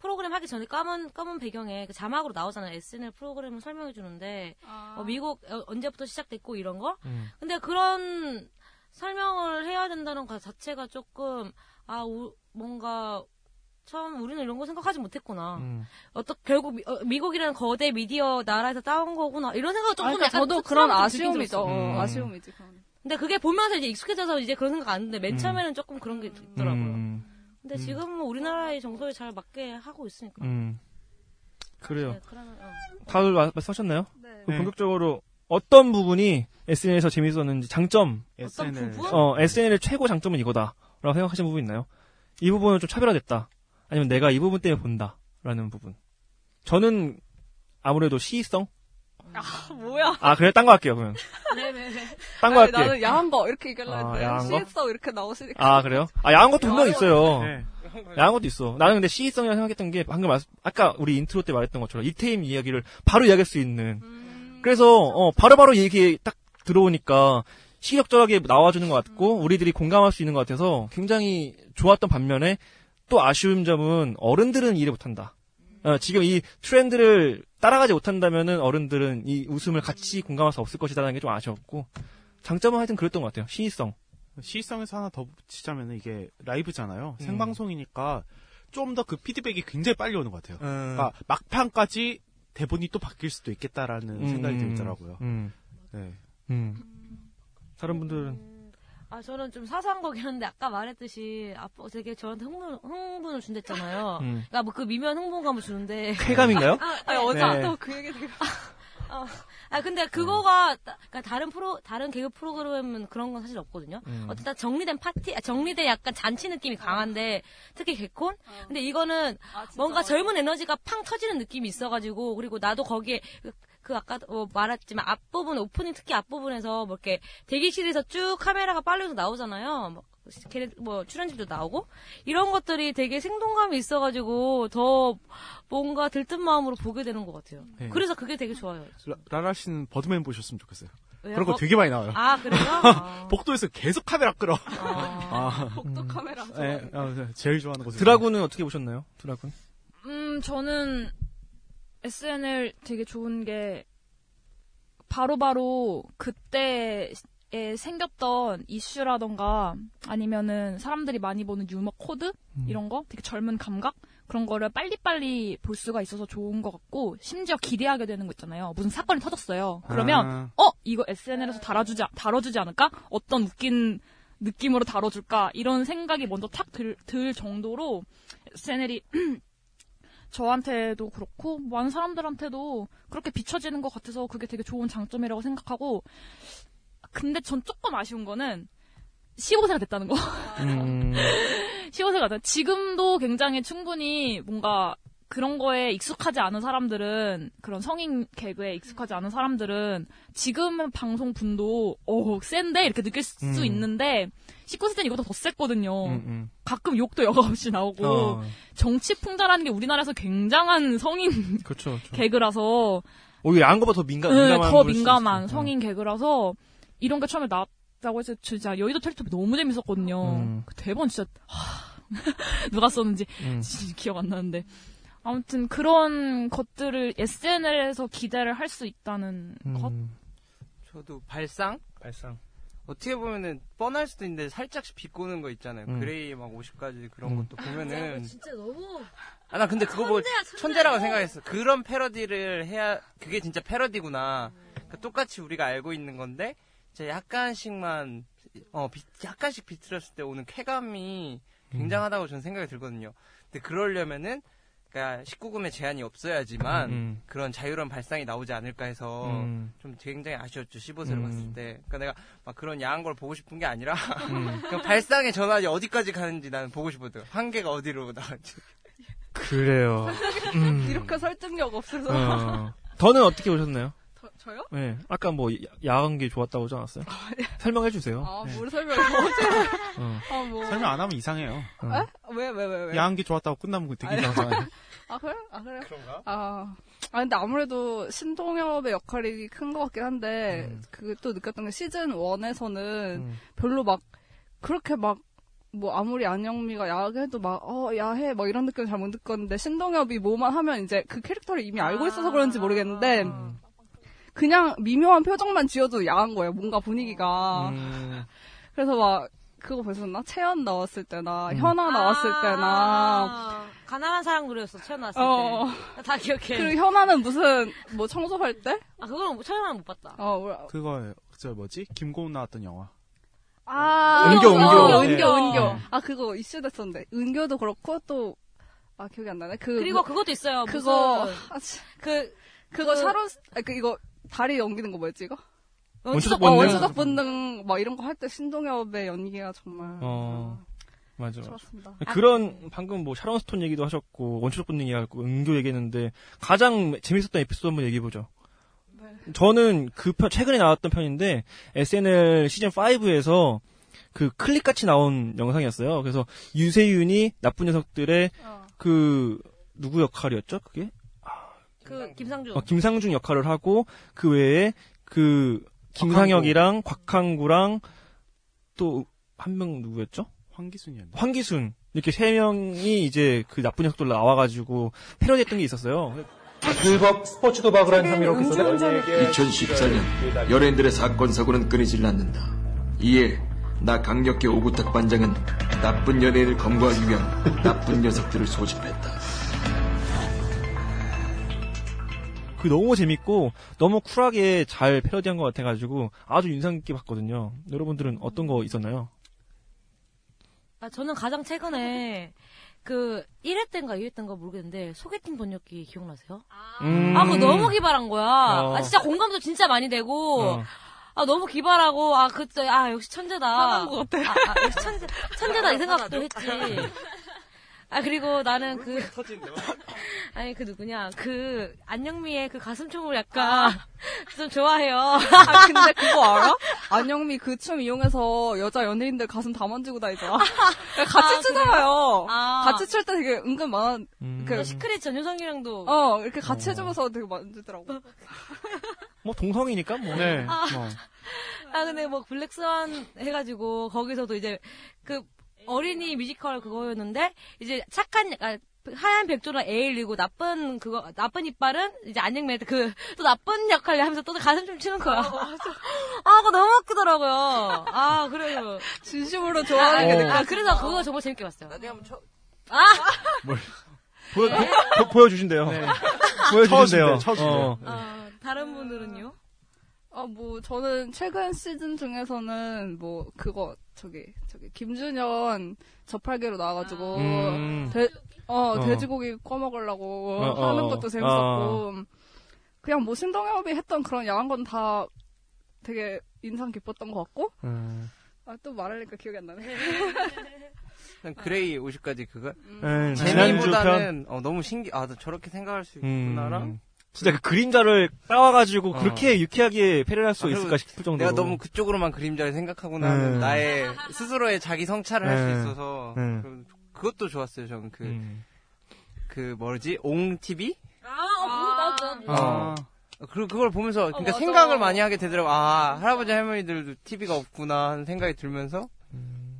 프로그램 하기 전에 까만 까만 배경에 그 자막으로 나오잖아요. SNL 프로그램을 설명해 주는데
아.
어, 미국 어, 언제부터 시작됐고 이런 거.
음.
근데 그런 설명을 해야 된다는 것 자체가 조금 아 우- 뭔가 처음 우리는 이런 거 생각하지 못했구나. 어떻 결국 미, 국이라는 거대 미디어 나라에서 따온 거구나 이런 생각을 조금
아, 그러니까
약간
저도 그런
씁쓸함도 들긴
아쉬움이죠.
들었어요.
음.
어, 아쉬움이지.
근데 그게 보면서 이제 익숙해져서 이제 그런 생각 안 드는데 맨 처음에는 조금 그런 게 있더라고요.
음.
근데 지금은 뭐 우리나라의 정서에 잘 맞게 하고 있으니까.
음. 그래요.
네, 그러면, 어.
다들 마- 말씀하셨나요? 그럼 본격적으로 어떤 부분이 SNL에서 재밌었는지 장점.
어떤 부분?
어, SNL의 최고 장점은 이거다. 라고 생각하시는 부분 있나요? 이 부분은 좀 차별화됐다. 아니면 내가 이 부분 때문에 본다. 라는 부분. 저는 아무래도 시의성?
아, 뭐야.
아, 그래? 딴 거 할게요, 그러면.
*laughs* 네네네.
딴거 할게.
나는 야한 거 이렇게 얘기하려
아,
했는데.
야한 거?
CSO 이렇게 나오시니까.
아, 그래요? 아, 야한 것도 분명 있어요.
네.
야한 것도 있어. 나는 근데 시의성이라고 생각했던 게 방금 말, 아까 우리 인트로 때 말했던 것처럼 이태임 이야기를 바로 이야기할 수 있는. 그래서 어, 바로바로 얘기 딱 들어오니까 시력적하게 나와주는 것 같고 우리들이 공감할 수 있는 것 같아서 굉장히 좋았던 반면에 또 아쉬운 점은 어른들은 이해 못한다. 어, 지금 이 트렌드를 따라가지 못한다면은 어른들은 이 웃음을 같이 공감할 수 없을 것이라는 게 좀 아쉬웠고 장점은 하여튼 그랬던 것 같아요. 시의성.
시의성에서 하나 더 붙이자면 이게 라이브잖아요.
어. 음.
생방송이니까 좀 더 그 피드백이 굉장히 빨리 오는 것 같아요.
음.
그러니까 막판까지 대본이 또 바뀔 수도 있겠다라는
음,
생각이
음,
들더라고요.
음.
네.
다른 분들은
아, 저는 좀 사소한 거긴 한데 아까 말했듯이 아빠 되게 저한테 흥분, 흥분을 준댔잖아요.
음.
그러니까 뭐 그 미묘한 흥분감을 주는데.
쾌감인가요?
*laughs* 아,
아니,
네.
어제 안 하고 그 얘기 되게.
어. 아 근데
음.
그거가 따- 그러니까 다른 프로 다른 개그 프로그램은 그런 건 사실 없거든요.
음.
어쨌든 정리된 파티 아, 정리된 약간 잔치 느낌이 강한데 특히 개콘. 근데 이거는 뭔가 젊은 에너지가 팡 터지는 느낌이 있어가지고 그리고 나도 거기에 그- 그 아까 도 말했지만 앞부분 오프닝 특히 앞부분에서 뭐 이렇게 대기실에서 쭉 카메라가 빨려서 나오잖아요. 뭐 걔네 뭐 출연진도 나오고 이런 것들이 되게 생동감이 있어가지고 더 뭔가 들뜬 마음으로 보게 되는 것 같아요.
네.
그래서 그게 되게 좋아요.
라- 라라 씨는 버드맨 보셨으면 좋겠어요.
네,
왜요?
그런 거
버-
되게 많이 나와요.
아,
*laughs*
그래요?
복도에서 계속 카메라 끌어.
아. 음.
복도 카메라
*laughs* 네, 아, 네, 제일 좋아하는 곳.
드라군은 어떻게 보셨나요? 드라군.
음, 저는 SNL 되게 좋은 게 바로바로 그때에 생겼던 이슈라던가 아니면은 사람들이 많이 보는 유머 코드 이런 거 되게 젊은 감각 그런 거를 빨리빨리 볼 수가 있어서 좋은 것 같고 심지어 기대하게 되는 거 있잖아요. 무슨 사건이 터졌어요. 그러면
아.
어 이거 SNL에서 달아주지 다뤄주지 않을까? 어떤 웃긴 느낌으로 다뤄줄까? 이런 생각이 *clears throat* 먼저 탁들 들 정도로 SNL이 저한테도 그렇고 뭐 많은 사람들한테도 그렇게 비춰지는 것 같아서 그게 되게 좋은 장점이라고 생각하고 근데 전 조금 아쉬운 거는 15세가 됐다는 거. *laughs* 15세가 됐다. 지금도 굉장히 충분히 뭔가 그런 거에 익숙하지 않은 사람들은 그런 성인 개그에 익숙하지 않은 사람들은 지금 방송 분도 어 센데 이렇게 느낄 수
음.
있는데 19세 때는 이것도 더
어,
셌거든요.
음,
가끔 욕도 여과 없이 나오고
어.
정치 풍자라는 게 우리나라에서 굉장한 성인
그렇죠.
개그라서
오히려 안 거보다 더 민감,
네,
그러니까
더
민감한 걸 수도
민감한
있어요.
성인 개그라서 이런 게 처음에 나왔다고 해서 진짜 여의도 텔레토비 너무 재밌었거든요.
음.
그 대본 진짜 하, *laughs* 누가 썼는지
음.
*laughs* 진짜 기억 안 나는데 아무튼 그런 것들을 SNL에서 기대를 할 수 있다는
음.
것.
저도 발상?
발상.
어떻게 보면은 뻔할 수도 있는데 살짝씩 비꼬는 거 있잖아요.
음.
그레이 막 50까지 그런 것도 보면은
진짜 너무
아, 나 근데 그거 뭐
천재야,
천재라, 고
천재야.
생각했어. 그런 패러디를 해야 그게 진짜 패러디구나. 그러니까 똑같이 우리가 알고 있는 건데 진짜 약간씩만 어 비- 약간씩 비틀었을 때 오는 쾌감이
음.
굉장하다고 저는 생각이 들거든요. 근데 그러려면은 그러니까 19금의 제한이 없어야지만
음.
그런 자유로운 발상이 나오지 않을까 해서
음.
좀 굉장히 아쉬웠죠 15세로
음.
봤을 때. 그러니까 내가 막 그런 야한 걸 보고 싶은 게 아니라
음.
*laughs* 그냥 발상의 전환이 어디까지 가는지 나는 보고 싶었어요. 한계가 어디로 나갈지.
그래요. 음.
이렇게 설득력 없어서.
어. 더는 어떻게 보셨나요?
더- 저요?
네. 아까 뭐 야- 야한 게 좋았다고 하지 않았어요?
네.
*laughs* 설명해 주세요.
아,
네.
뭘 설명해. 어째-
*laughs* 어.
아, 뭐.
설명 안 하면 이상해요.
왜, 왜,
네.
왜, 왜?
야한 게 좋았다고 끝나면 되게
아니.
이상하잖아요.
아, 그래? 아, 그래? 그런가? 아, 아, 근데 아무래도 신동엽의 역할이 큰 것 같긴 한데, 그게 또 느꼈던 게 시즌 1에서는 음. 별로 막, 그렇게 막, 뭐 아무리 안영미가 야해도 막 어 야해 막 이런 느낌 을 잘 못 느꼈는데 신동엽이 뭐만 하면 이제 그 캐릭터를 이미 알고 있어서 그런지 모르겠는데 그냥 미묘한 표정만 지어도 야한 거예요 뭔가 분위기가
음,
그래서 막 그거 보셨나 채연 나왔을 때나 현아 나왔을 때나
아, 가난한 사람 그렸어 태어났을
어.
때. 다 기억해.
그리고 현아는 무슨 뭐 청소할 때?
아 그거는 촬영을 못 봤다.
어, 뭐라-
그거예요. 저 뭐지? 김고은 나왔던 영화.
아,
은교,
어,
은교.
예.
네.
은교, 은교.
네.
아, 그거 이슈 됐었는데. 은교도 그렇고 또, 아, 기억이 안 나네. 그,
그리고
뭐-
그것도 있어요.
그거,
무슨-
아, 참.
그,
그거
그-
샤론, 아, 그, 이거, 다리 넘기는 거 뭐였지, 이거?
원초적
어,
본능.
원초적 본능, 막 이런 거 할 때 신동엽의 연기가 정말.
어. 맞아.
음. 좋았습니다.
그런 방금 뭐 샤론 스톤 얘기도 하셨고 원초적 본능 얘기하고 은교 얘기했는데 가장 재밌었던 에피소드 한번 얘기해 보죠.
네.
저는 그 편, 최근에 나왔던 편인데 SNL 시즌 5에서 그 클립 같이 나온 영상이었어요. 그래서 유세윤이 나쁜 녀석들의
어.
그 누구 역할이었죠? 그게
그 김상중.
어, 김상중 역할을 하고 그 외에 그 김상혁이랑 곽한구랑 또 한 명 누구였죠?
황기순이었나?
황기순 이렇게 세 명이 이제 그 나쁜 녀석들 나와가지고 패러디했던 게 있었어요. 불법 스포츠
아,
도박을 한 혐의로
기소된 연예계
2014년 연예인들의 사건 사고는 끊이질 않는다. 이에 나 강력계 오구탁 반장은 나쁜 연예인을 검거하기 위한 나쁜 녀석들을 소집했다.
그 너무 재밌고 너무 쿨하게 잘 패러디한 것 같아가지고 아주 인상 깊게 봤거든요. 여러분들은 어떤 거 있었나요?
아, 저는 가장 최근에 그 1회 때인가 2회 때인가 모르겠는데 소개팅 번역기 기억나세요?
음.
아, 그거 너무 기발한 거야.
어.
아, 진짜 공감도 진짜 많이 되고.
어.
아, 너무 기발하고, 아, 그때, 아, 역시 천재다.
화난 것 같아.
아, 아, 역시 천재, 천재다, 이 생각도 했지. 아, 그리고 나는 그. *laughs* 아니, 그 누구냐. 그, 안영미의 그 가슴춤을 약간 *laughs* 좀 좋아해요.
아, 근데 그거 알아? 안영미 그 춤 이용해서 여자 연예인들 가슴 다 만지고 다니잖아. 같이
아,
추잖아요.
그래요? 아.
같이 출 때 되게 은근 많은, 그,
시크릿 전효성이랑도.
어, 이렇게 같이 해주면서 되게 만지더라고.
뭐 동성이니까 뭐.
네.
아.
뭐.
아 근데 뭐 블랙스완 해가지고 거기서도 이제 그 어린이 뮤지컬 그거였는데 이제 착한 아, 하얀 백조랑 에일리고 나쁜 그거 나쁜 이빨은 이제 안영매한테 그 또 나쁜 역할을 하면서 또 가슴 좀 치는
어,
거야. *laughs* 아 그거 너무 웃기더라고요. 아 그래요.
진심으로
좋아하는 게
아
느껴졌어.
그래서 그거 정말 재밌게 봤어요. 네.
나중에 한번 쳐.
아
보여, 보, 여주신대요
쳐주신대요,
보여주신대요.
아,
쳐주신대요.
어.
어, 다른 분들은요?
아, 뭐, 저는 최근 시즌 중에서는 뭐, 그거, 저기, 저기, 김준현 저팔계로
어.
나와가지고,
음.
돼, 어,
어.
돼지고기 꺼먹으려고
어, 아. 어,
하는
어.
것도 재밌었고, 그냥 뭐, 신동엽이 했던 그런 야한 건 다 되게 인상 깊었던 것 같고,
음.
아, 또 말하니까 기억이 안 나네.
난 그레이 50까지 그거
네, 지난주
재미보다는 어, 너무 신기 아 저렇게 생각할 수 있구나랑
음. 진짜 그 그림자를 따와가지고
어.
그렇게 유쾌하게 패러할 수가
아, 그리고
있을까 싶을 정도로
내가 너무 그쪽으로만 그림자를 생각하구나 하는
네.
나의 스스로의 자기 성찰을 할
네. 음.
수 있어서
네.
그럼 그것도 좋았어요 저는 그 그 뭐지 옹TV
아, 맞아.
어. 그리고 그걸
어,
보면서 그러니까
맞아.
생각을 많이 하게 되더라고 아 할아버지 할머니들도 TV가 없구나 하는 생각이 들면서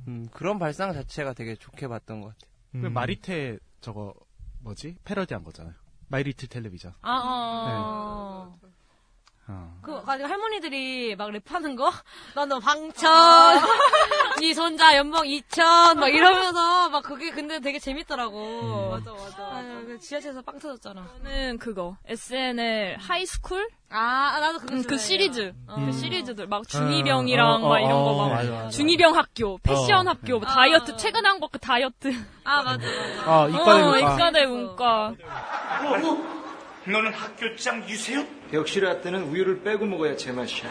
음, 그런 발상 자체가 되게 좋게 봤던 것 같아요.
그 마리테 저거 뭐지 패러디한 거잖아요. 마이리틀 텔레비전.
아, 어.
어.
그, 가지고 할머니들이 막 랩하는 거? *laughs* 나너 방천! 아. *laughs* 니 손자 연봉 2천! 막 이러면서, 막 그게 근데 되게 재밌더라고. 맞아, 맞아. 그 지하철에서 빵 터졌잖아.
저는 그거 SNL 하이스쿨
아, 나도 그거
그
좋아해요.
시리즈
음.
그 시리즈들 막 중이병이랑
어, 어,
막 이런
어,
거막
맞아, 맞아.
중이병 학교 패션
어.
학교 뭐
아,
다이어트 최근 한 거 그 다이어트
아, 맞아.
아, 이과대
어,
문과.
이과대 문과
너는 학교장 유세윤?
역시라 때는 우유를 빼고 먹어야 제맛이야.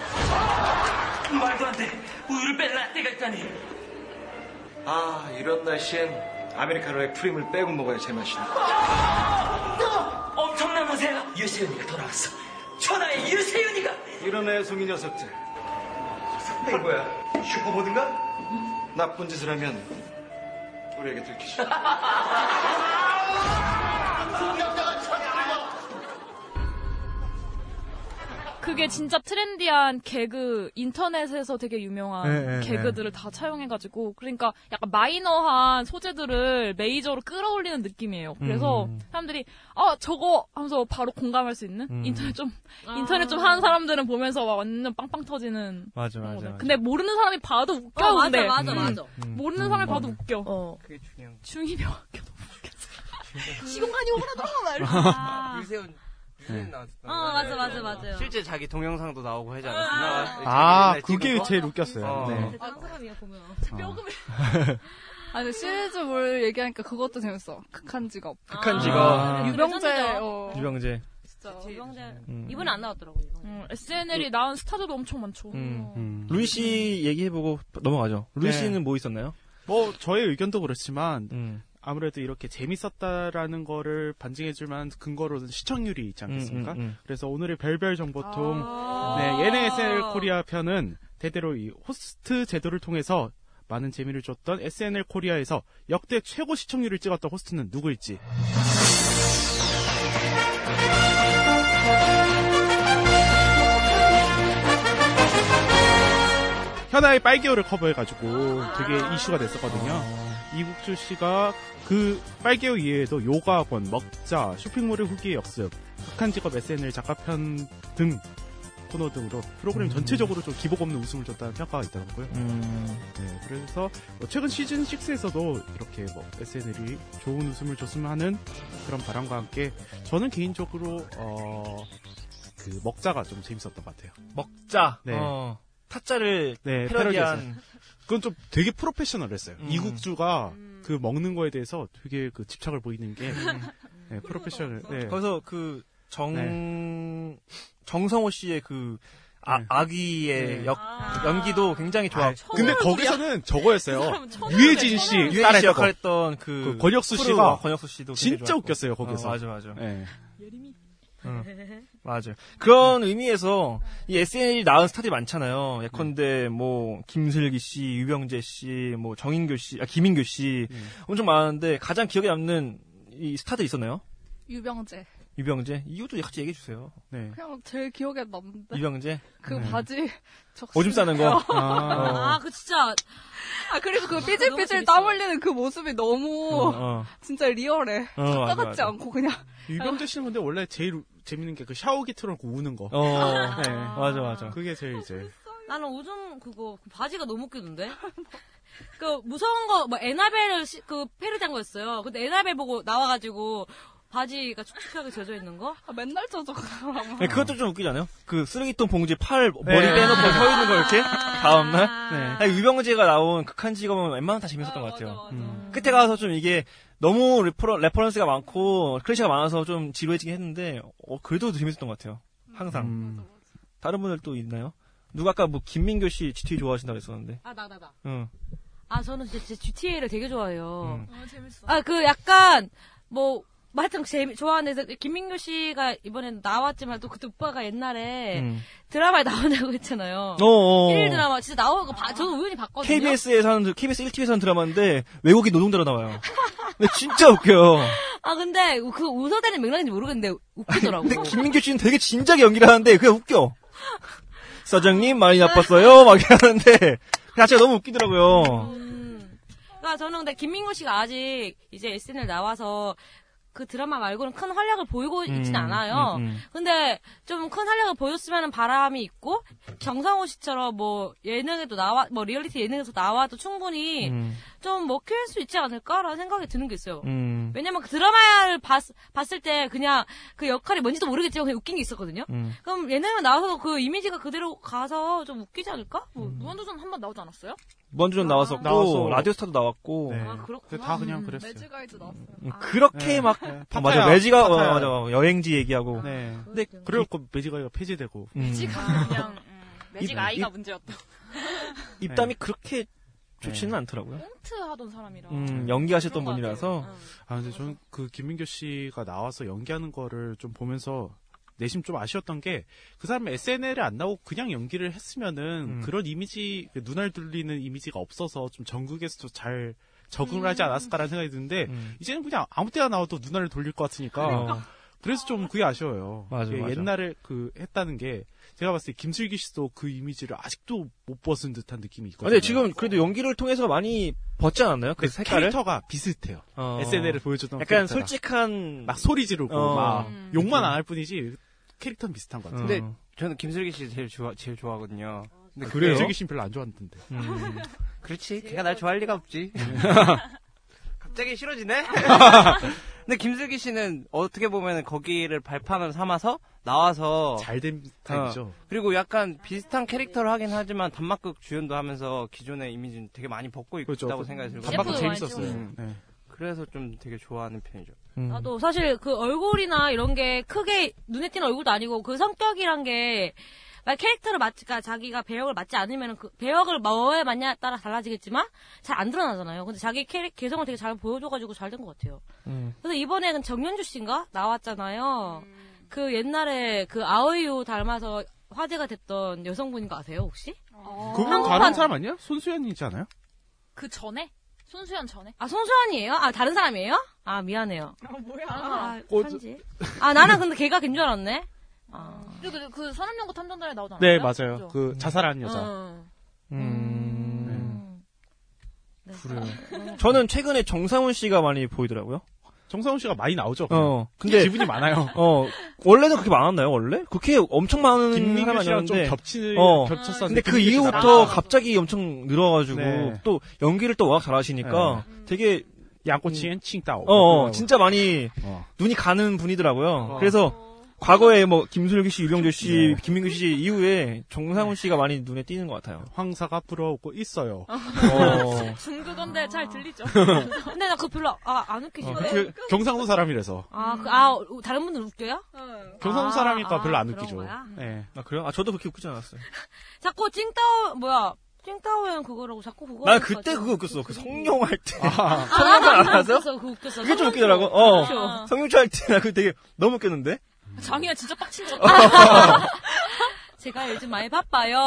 말도 안 돼. 우유를 뺄 라떼가 있다니.
아 이런 날씨엔 아메리카노에 크림을 빼고 먹어야 제맛이야.
엄청난 우세야. 유세윤이가 돌아왔어. 천하의 유세윤이가.
일어나요 송이 녀석들. 이뭐야 슈퍼보드인가? 나쁜 짓을 하면 우리에게 들키지.
그게 진짜 트렌디한 개그 인터넷에서 되게
예,
네,
유명한
네,
개그들을 다 차용해가지고 그러니까 약간 마이너한 소재들을 메이저로 끌어올리는 느낌이에요. 그래서
음.
사람들이 아 저거 하면서 바로 공감할 수 있는
음.
인터넷 좀
아.
인터넷 좀 하는 사람들은 보면서 막 완전 빵빵 터지는.
맞아 맞아. 맞아.
근데 모르는 사람이 봐도 웃겨.
어, 맞아,
근데.
맞아, 맞아.
모르는 사람이
음.
봐도 웃겨.
그게 중요한 거.
중이병 학교 너무 웃겼어. 시공간이 오르다 말고.
유세윤 유세윤 나왔어.
어, 맞아, 맞아, 맞아요.
실제 자기 동영상도 나오고 하지 않았나?
아, 그게 제일 웃겼어요. 네.
다른 사람이야, 보면.
어. *laughs*
뼈금을.
아니, 시리즈물 얘기하니까 그것도 재밌어. 극한 직업.
극한 직업. 아.
유병재, 어.
유병재.
유병재.
음.
이분은 안 나왔더라고요.
음,
SNL이
그
나온 스타들도 엄청 많죠.
음. 루이 씨 얘기해보고 넘어가죠. 루이
네.
씨는 뭐 있었나요?
뭐 저의 의견도 그렇지만
음,
아무래도 이렇게 재밌었다라는 거를 반증해줄 만한 근거로는 시청률이 있지 않겠습니까?
음, 음, 음.
그래서 오늘의 별별 정보통 네, 예능 SNL 코리아 편은 대대로 이 호스트 제도를 통해서 많은 재미를 줬던 SNL 코리아에서 역대 최고 시청률을 찍었던 호스트는 누구일지 현아의 빨개요를 커버해가지고 되게 이슈가 됐었거든요. 이국주 씨가 그 빨개요 이외에도 요가학원, 먹자, 쇼핑몰의 후기의 역습, 극한 직업 SNL 작가편 등 코너 등으로 프로그램 전체적으로 좀 기복 없는 웃음을 줬다는 평가가 있더라고요.
음.
네, 그래서 뭐 최근 시즌 6에서도 이렇게 뭐 SNL이 좋은 웃음을 줬으면 하는 그런 바람과 함께 저는 개인적으로 어, 그 먹자가 좀 재밌었던 것 같아요.
먹자.
네.
어, 타짜를
네,
패러디한.
패러디했어요. 그건 좀 되게 프로페셔널했어요.
음.
이국주가 그 먹는 거에 대해서 되게 그 집착을 보이는 게 네, 프로페셔널. 네.
거기서 그 정, 네. 정성호 씨의 그 아, 아귀의
네.
역, 연기도 굉장히 좋았고.
근데 거기서는 저거였어요.
그 사람 처음
유해진 씨,
처음 유해진
딸
씨그 역할했던 그
권혁수
프로,
씨가
권혁수 씨도 굉장히
진짜
좋았고.
웃겼어요 거기서.
어, 맞아, 맞아.
네.
응. 맞아요. 그런 의미에서 이 SNL이 나은 스타들이 많잖아요. 예컨대 뭐 김슬기 씨, 유병재 씨, 뭐 정인교 씨, 아 김인교 씨
음.
엄청 많은데 가장 기억에 남는 이 스타들 있었나요?
유병재.
유병재 이것도 같이 얘기해 주세요. 네.
그냥 제일 기억에 남는데.
유병재
그
네.
바지 *laughs* 적신.
오줌 싸는
*laughs*
거.
아.
어,
아.
그 진짜.
아, 그리고 그
너무
삐질삐질
재밌어.
땀 흘리는 그 모습이 너무
어, 어.
진짜 리얼해.
어,
작가
맞아,
같지
맞아.
않고 그냥.
유병재 씨는 근데 원래 제일 우- 재밌는 게 그 샤워기 틀어놓고 우는 거.
어.
네.
맞아, 맞아.
그게 제일 이제.
나는 오줌 그거 그 바지가 너무
*laughs*
웃기던데. 그 무서운 거 뭐 에나벨을 시- 그 패러디한 거였어요. 근데 에나벨 보고 나와가지고 바지가 축축하게 젖어 있는 거?
아, 맨날 젖어.
*laughs*
네, 그것도 좀 웃기지 않아요? 그 쓰레기통 봉지 팔 머리
네.
빼놓고 서 있는 거 이렇게 다음 날. 아니, 유병재가 나온 극한 직업은 웬만하면 다 재밌었던 것 같아요. 음. 끝에 가서 좀 이게 너무 레퍼러, 레퍼런스가 많고 클래시가 많아서 좀 지루해지긴 했는데 어, 그래도 재밌었던 것 같아요. 항상. 다른 분들 또 있나요? 누가 아까 뭐 김민교 씨 GTA 좋아하신다고 했었는데.
아, 나, 나, 나.
응.
아, 저는 진짜, GTA를 되게 좋아해요.
음.
어, 재밌어.
아, 그 약간, 뭐, 뭐 하여튼 재미, 좋아하는데, 김민규 씨가 이번엔 나왔지만 또 그때 오빠가 옛날에
음.
드라마에 나온다고 했잖아요.
어어.
네. 일일 드라마 진짜 나오는 거 봐, 저는 우연히 봤거든요.
KBS에서 하는 KBS 1TV에서 하는 드라마인데 외국인 노동자로 나와요. 근데 진짜 웃겨요.
아, 근데 그 웃어대는 맥락인지 모르겠는데 웃기더라고.
근데 김민규 씨는 되게 진작에 연기를 하는데 그냥 웃겨. 사장님 많이 나빴어요 막 이러는데 그 자체가 너무 웃기더라고요.
그러니까 저는 근데 김민구 씨가 아직 이제 SNL 나와서 그 드라마 말고는 큰 활약을 보이고 있진
음,
않아요.
음, 음.
근데 좀 큰 활약을 보였으면 바람이 있고 정상호 씨처럼 뭐 예능에도 나와 뭐 리얼리티 예능에서 나와도 충분히
음.
좀 먹힐 수 있지 않을까라는 생각이 드는 게 있어요.
음.
왜냐면 그 드라마를 봤, 봤을 때 그냥 그 역할이 뭔지도 모르겠지만 그냥 웃긴 게 있었거든요.
음.
그럼 예능에 나와서 그 이미지가 그대로 가서 좀 웃기지 않을까? 뭐
무한도전 한 번 나오지 않았어요?
무한도전 아, 나왔었고
나와서.
라디오스타도 나왔고
네. 근데 다 그냥 그랬어요.
매직아이즈 나왔어요.
음, 그렇게
네.
막
네.
어,
파타야,
맞아 매지가 어,
파타야.
맞아 여행지 얘기하고
네.
근데
그리고 그 매직아이가 폐지되고.
매직아 그냥 음,
입-
매직 아이가
입-
문제였다.
입담이 그렇게 좋지는 않더라고요.
꽁트 하던 사람이라.
음,
그런
연기하셨던
것 어.
분이라서
아 근데 저는 그 김민교 씨가 나와서 연기하는 거를 좀 보면서 내심 좀 아쉬웠던 게 그 사람이 SNL에 안 나오고 그냥 연기를 했으면은 그런 이미지 눈알 돌리는 이미지가 없어서 좀 전국에서도 잘 적응을 하지 않았을까라는 생각이 드는데 이제는 그냥 아무 때나 나와도 눈알을 돌릴 것
아, 네.
같으니까 음. 그래서 좀 그게 아쉬워요.
맞아,
예,
맞아.
옛날에 그 했다는 게 제가 봤을 때 김슬기 씨도 그 이미지를 아직도 못 벗은 듯한 느낌이 있거든요.
근데 지금 그래도 연기를 통해서 많이 벗지 않았나요? 그
근데
색깔을? 어.
캐릭터가 비슷해요. SNL을 보여줬던
약간
캐릭터가.
솔직한
막 소리 지르고
어.
막
음.
욕만 안 할 뿐이지 캐릭터는 비슷한
어.
것 같아요.
근데 저는 김슬기 씨 제일 좋아 제일 좋아하거든요. 근데
그래요? 김슬기 씨는 별로 안 좋아하던데.
음. 그렇지. 걔가 날 좋아할 리가 없지.
음.
*laughs* 갑자기
*laughs*
싫어지네. 근데 김슬기 씨는 어떻게 보면 거기를 발판을 삼아서
어.
나와서
잘된 타입이죠.
그리고 약간 비슷한 캐릭터를 하긴 하지만 단막극 주연도 하면서 기존의 이미지는 되게 많이 벗고 있다고
그렇죠.
생각이 들고
단막극 셰프 재밌었어요. 많이 찍었어요. 네.
그래서 좀 되게 좋아하는 편이죠.
나도 사실 그 얼굴이나 이런 게 크게 눈에 띄는 얼굴도 아니고 그 성격이란 게 만약 캐릭터를 맞지, 그러니까 자기가 배역을 맞지 않으면 그 배역을 뭐에 맞냐에 따라 달라지겠지만 잘 안 드러나잖아요. 근데 자기 캐릭 개성을 되게 잘 보여줘가지고 잘 된 것 같아요.
음.
그래서 이번에는 정연주 씨인가 나왔잖아요.
음.
그 옛날에 그 아오이오 닮아서 화제가 됐던 여성분인 거 아세요 혹시?
그분 다른 사람 아니야? 손수연이지 않아요?
그 전에 손수연 전에.
아 송수환이에요? 아 다른 사람이에요? 아 미안해요.
아 뭐야?
아, 편지. 아 나는 근데 걔가 긴 줄 알았네. 아.
아.
그리고 그- 그 선남연구 탐정단에 나오잖아요. 어.
네 맞아요. 그 자살한 여자. 음.
음.
네.
그래요. 음. 저는 최근에 정상훈 씨가 많이 보이더라고요.
정상훈 씨가 많이 나오죠. 그냥.
어,
근데 기분이 많아요.
어, 원래는 그렇게 많았나요, 원래? 그렇게 엄청 많은
김민규
사람
씨랑 좀
아니었는데.
겹치- 겹쳤었는데
근데 그
김민규 씨가
이후부터
나와가지고.
갑자기 엄청 늘어가지고
네.
또 연기를 또 워낙 잘하시니까 그러니까 되게
양꼬치 엔칭 따오.
어, 어, 진짜 많이
어.
눈이 가는 분이더라고요. 그래서 과거에 뭐 김슬기 씨, 유병재 씨, 김민규 씨 이후에 정상훈 씨가 많이 눈에 띄는 것 같아요.
황사가 불어오고 있어요.
아,
어.
아.
중국어인데 잘 들리죠.
*laughs* 근데 나 그거 별로 아 안 웃기시네.
그 경상도 사람이라서.
아, 그, 아, 어, 다른 분들 웃겨요?
경상도
아,
사람이니까
아,
별로 안
그런
웃기죠.
거야?
예.
아, 그래요? 아, 저도 그렇게 웃기지 않았어요.
자꾸 찡따오, 뭐야. 찡따오형 그거라고 자꾸 그거.
나 그때 그거 웃겼어. 그 성룡 할 때.
아.
성룡
아,
안
나도
하세요?
웃겼어, 그거 웃겼어.
그게 좀
성룡
웃기더라고.
거.
어.
그렇죠.
성룡초 할때 나 그거 되게 너무 웃겼는데?
장이야 진짜 빡친 거
같아.
*laughs* 제가 요즘 많이 바빠요.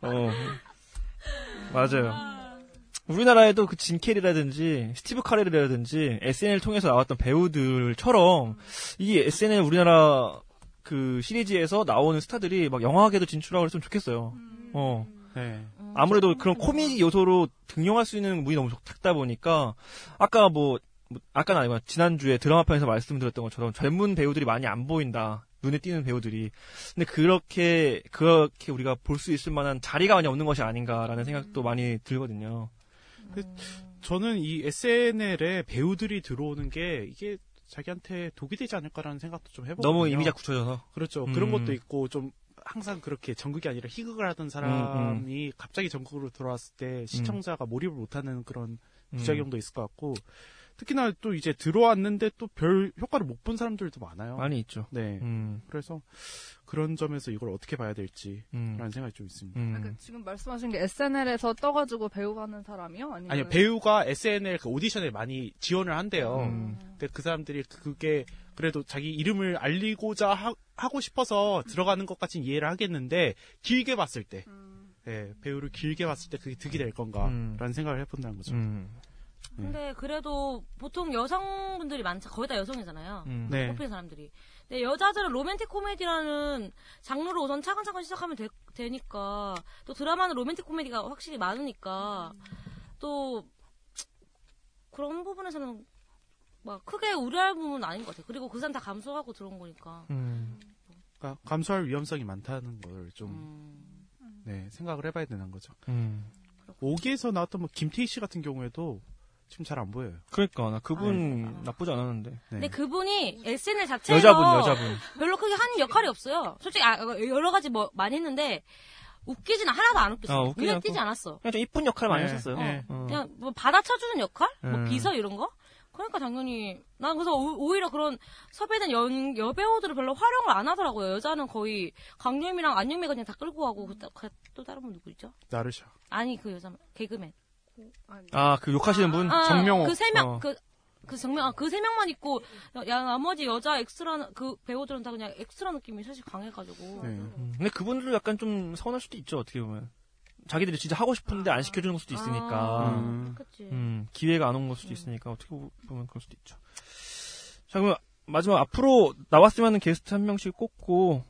어. 맞아요. 우리나라에도 그 진캐리라든지 스티브 카렐이라든지 SNL 통해서 나왔던 배우들처럼 이 SNL 우리나라 그 시리즈에서 나오는 스타들이 막 영화계도 진출하고 그랬으면 좋겠어요. 어.
네.
음.
아무래도 그런 코미디 요소로 등용할 수 있는 분이 너무 적다 보니까 아까 뭐, 뭐 아까는 아니고 지난주에 드라마 편에서 말씀드렸던 것처럼 젊은 배우들이 많이 안 보인다. 눈에 띄는 배우들이. 근데 그렇게 그렇게 우리가 볼 수 있을 만한 자리가 많이 없는 것이 아닌가라는 생각도 많이 들거든요.
저는 이 SNL에 배우들이 들어오는 게 이게 자기한테 독이 되지 않을까라는 생각도 좀 해보고
너무 이미작 굳혀져서.
그렇죠.
음. 음,
그런 것도 있고 좀 항상 그렇게 전극이 아니라 희극을 하던 사람이 갑자기 전극으로 돌아왔을 때 시청자가 몰입을 못하는 그런
음.
부작용도 있을 것 같고 특히나 또 이제 들어왔는데 또 별 효과를 못 본 사람들도 많아요.
많이 있죠.
네.
음.
그래서 그런 점에서 이걸 어떻게 봐야 될지라는
음,
생각이 좀 있습니다.
그 지금 말씀하신 게 SNL에서 떠가지고 배우 하는 사람이요? 아니면
아니요 배우가 SNL 그 오디션에 많이 지원을 한대요. 근데 그 사람들이 그게 그래도 자기 이름을 알리고자 하, 고 싶어서 들어가는 것까진 이해를 하겠는데 길게 봤을 때, 예, 배우를 길게 봤을 때 그게 득이 될 건가라는 생각을
음.
해본다는 거죠.
근데 그래도 보통 여성분들이 많죠. 거의 다 여성이잖아요.
음. 네.
뽑힌 사람들이. 근데 여자들은 로맨틱 코미디라는 장르로 우선 차근차근 시작하면 되, 니까또 드라마는 로맨틱 코미디가 확실히 많으니까 또 그런 부분에서는 막 크게 우려할 부분은 아닌 것 같아요. 그리고 그 사람 다 감수하고 들어온 거니까.
음,
그러니까 감수할 위험성이 많다는 걸 좀
음.
음.
네, 생각을 해봐야 되는 거죠.
음.
오기에서 나왔던 뭐 김태희 씨 같은 경우에도 지금 잘 안 보여요.
그러니까 나 그분 나쁘지 않았는데.
근데 그분이 SNS 자체에서
여자분, 여자분.
별로 크게 한 역할이 없어요. 솔직히 아, 여러 가지 뭐 많이 했는데 웃기진 하나도 안 웃겼어.
아,
요
웃기지
눈에
않고.
띄지 않았어.
그냥 좀 이쁜 역할 많이
네,
하셨어요.
네.
어.
그냥 뭐 받아쳐주는 역할? 뭐
음.
비서 이런 거? 그러니까 당연히 난 그래서 오- 오히려 그런 섭외된 연, 여배우들을 별로 활용을 안 하더라고요. 여자는 거의 강유미랑 안유미가 그냥 다 끌고 가고 그 따- 그 또 다른 분 누구죠?
나르샤.
아니 그 여자 개그맨.
아, 그 욕하시는 분? 정명호.
그 세 명
어.
그 그 정명 그 세 명만 있고 야- 야, 나머지 여자 엑스라 그 배우들은 다 그냥 엑스라 느낌이 사실 강해가지고
네,
음. 근데 그분들도 약간 좀 서운할 수도 있죠, 어떻게 보면. 자기들이 진짜 하고 싶은데 안 시켜주는 걸 수도 있으니까.
아,
음.
그치.
음, 기회가 안 온 걸 수도 있으니까, 어떻게 보- 보면 그럴 수도 있죠. 자, 그럼 마지막 앞으로 나왔으면 게스트 한 명씩 꼽고,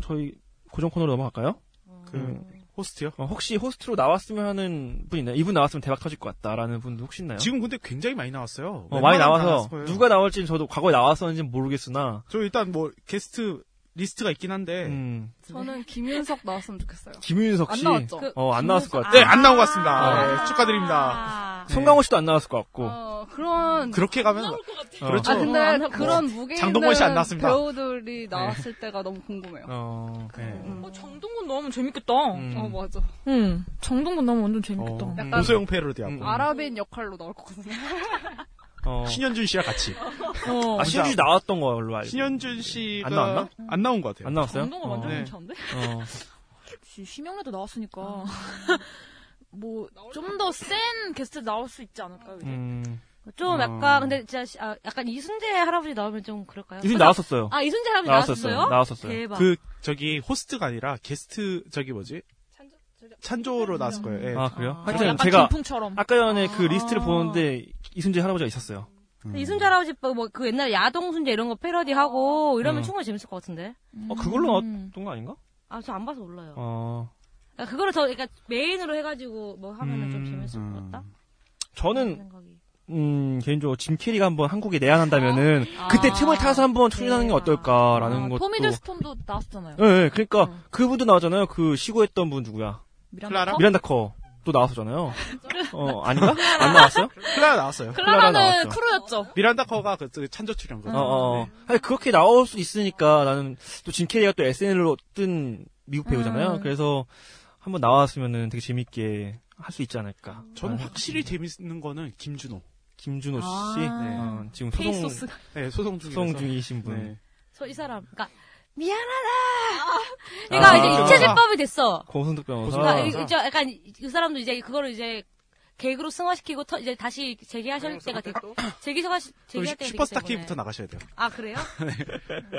저희 고정 코너로 넘어갈까요?
그, 호스트요?
혹시 음. 어, 호스트로 나왔으면 하는 분 있나요? 이분 나왔으면 대박 터질 것 같다라는 분도 혹시 있나요?
지금 근데 굉장히 많이 나왔어요.
어, 많이
웬만하면 다
나와서
나왔을 거예요.
누가 나올지는 저도 과거에 나왔었는지는 모르겠으나
저 일단 뭐 게스트 리스트가 있긴
네.
한데
음.
네.
저는 김윤석 나왔으면 좋겠어요.
김윤석 씨.
안 나왔죠.
어, 안 나왔을 것 같아요.
네, 안 나온 것 같습니다. 네, 축하드립니다.
네.
네.
송강호 씨도 안 나왔을 것 같고.
어, 그런
그렇게 가면
어.
그렇죠. 뭐
아 근데 그런 무게 있는
장동건 씨안 나왔습니다. 네.
배우들이 나왔을 때가 너무 궁금해요.
뭐,
어,
음,
정동근 나오면 재밌겠다.
뭐.
음.
어 맞아.
응. 정동근 나오면 완전 재밌겠다.
약간
오소영
음,
패러디하고
아랍인 역할로 나올 것 같은데.
신현준 씨랑 같이.
어.
어. 아, 신현준 씨 나왔던 걸로 알고.
신현준 씨가 음,
안 나왔나?
안 나온 것 같아요. 네.
안 나왔어요?
정동은 완전
어.
괜찮은데?
어.
심형래도
아.
나왔으니까 *laughs* 뭐 좀 더 센 게스트 나올 수 있지 않을까요?
음.
이제?
좀
어.
약간 근데 진짜 시- 아, 약간 이순재 할아버지 나오면 좀 그럴까요?
이순재
그래서-
나왔었어요.
아 이순재 할아버지 나왔었어요?
나왔었어요.
대박.
그 저기 호스트가 아니라 게스트 저기 뭐지? 찬조로 나왔을 거예요. 예.
아, 그래요?
약간
하여튼 제가
김풍처럼.
아까 전에 그 리스트를 보는데 이순재 할아버지가 있었어요.
근데 이순재 할아버지 뭐그 옛날 야동 순재 이런 거 패러디하고 이러면
음.
충분히 재밌을 것 같은데.
음.
어, 그걸로 나왔던 거 아닌가?
아 저 안 봐서 몰라요.
어.
그러니까 그거를 더 그러니까 메인으로 해가지고 뭐 하면은
음.
좀 재밌을 것 같다.
저는
아,
음, 개인적으로 짐 캐리가 한번 한국에 내한한다면은 그때 틈을 타서 한번 출연하는 게
아,
어떨까라는 것도.
아, 토미 드스톤도 나왔었잖아요.
예, 예, 그러니까 그분도 나오잖아요. 그 시구했던 분 누구야?
미란다 클라라? 커?
미란다 커. 또 나왔었잖아요. 어, 아닌가? 안 나왔어요?
클라라 나왔어요.
클라라는 클라라 나왔죠.
크루였죠.
미란다 커가 그 찬조 출연 거.
어, 어. 아니, 그렇게 나올 수 있으니까 나는 또 짐캐리가 또 SNL로 뜬 미국 배우잖아요.
음.
그래서 한번 나왔으면은 되게 재밌게 할 수 있지 않을까. 아,
저는
음.
확실히 재밌는 거는 김준호.
김준호 씨
아.
어, 지금 소송
페이소스가.
네, 소송 네. 중
소송 네. 중이신 분.
저 이 사람, 그러니까 미안하다. 얘가
아,
그러니까 이제
아.
입체질법이 됐어.
고승득 변호사. 음.
그러니까
아,
이- 이제 약간 이- 그 사람도 이제 그거를 이제 개그로 승화시키고 터- 이제 다시
네,
재기하실 때가 됐고 재기가
그럼
재기할 때가
슈퍼스타
됐기 때문에.
K부터 나가셔야 돼요.
아 그래요?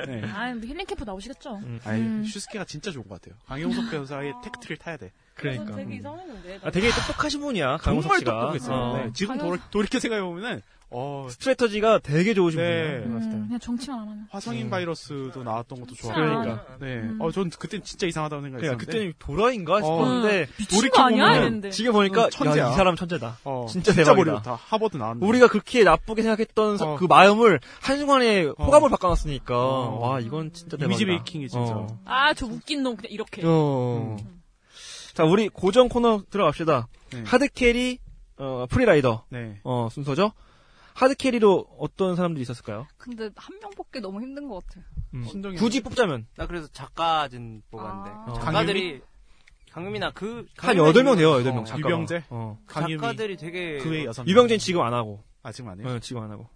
네.
아, 뭐 힐링 캠프 나오시겠죠.
아니
예.
음.
슈스케가 진짜 좋은 것 같아요. 강용석 변호사의 택트를 타야 돼.
*laughs* 그러니까.
되게 이상했는데.
아, 되게 똑똑하신 분이야. 강호석
정말
씨가.
똑똑했어요.
어.
네, 지금
강호석-
돌- 돌이켜 생각해 보면은 어 네.
스트레터지가 되게 좋으신 분이에요. 음.
음, 그냥 정치만 안 하면.
화성인 바이러스도 나왔던 것도 좋아요.
그러니까.
네.
음.
어, 전 그때 진짜 이상하다고
그러니까 그냥
생각했었는데.
그때는 도라인가 싶었는데
돌이켜 보면은 음,
지금 보니까
천재야.
야, 이 사람 천재다.
어,
진짜
진짜
대박이다.
머리 좋다. 하버드 나왔네.
우리가 그렇게 나쁘게 생각했던
어.
사- 그 마음을 한순간에 호감을 바꿔놨으니까 와 이건 진짜 대박이다.
어. 이미지 베이킹이 진짜.
어.
아, 저 웃긴 놈 그냥 이렇게.
어. 자 우리 고정 코너 들어갑시다. 하드캐리 어, 프리라이더
네.
어, 순서죠. 하드캐리로 어떤 사람들이 있었을까요?
근데 한 명 뽑기 너무 힘든 것 같아요.
음. 굳이 뽑자면
나 그래서 작가진 뽑았는데
아.
작가들이 강유미나 그
한
강유미나
여덟 명 돼요,
어,
여덟 명. 작가가.
유병재? 그
어.
그 작가들이 되게
유병재는 지금 안 하고.
아 지금 안
해요? 어, 지금 안 하고.
네.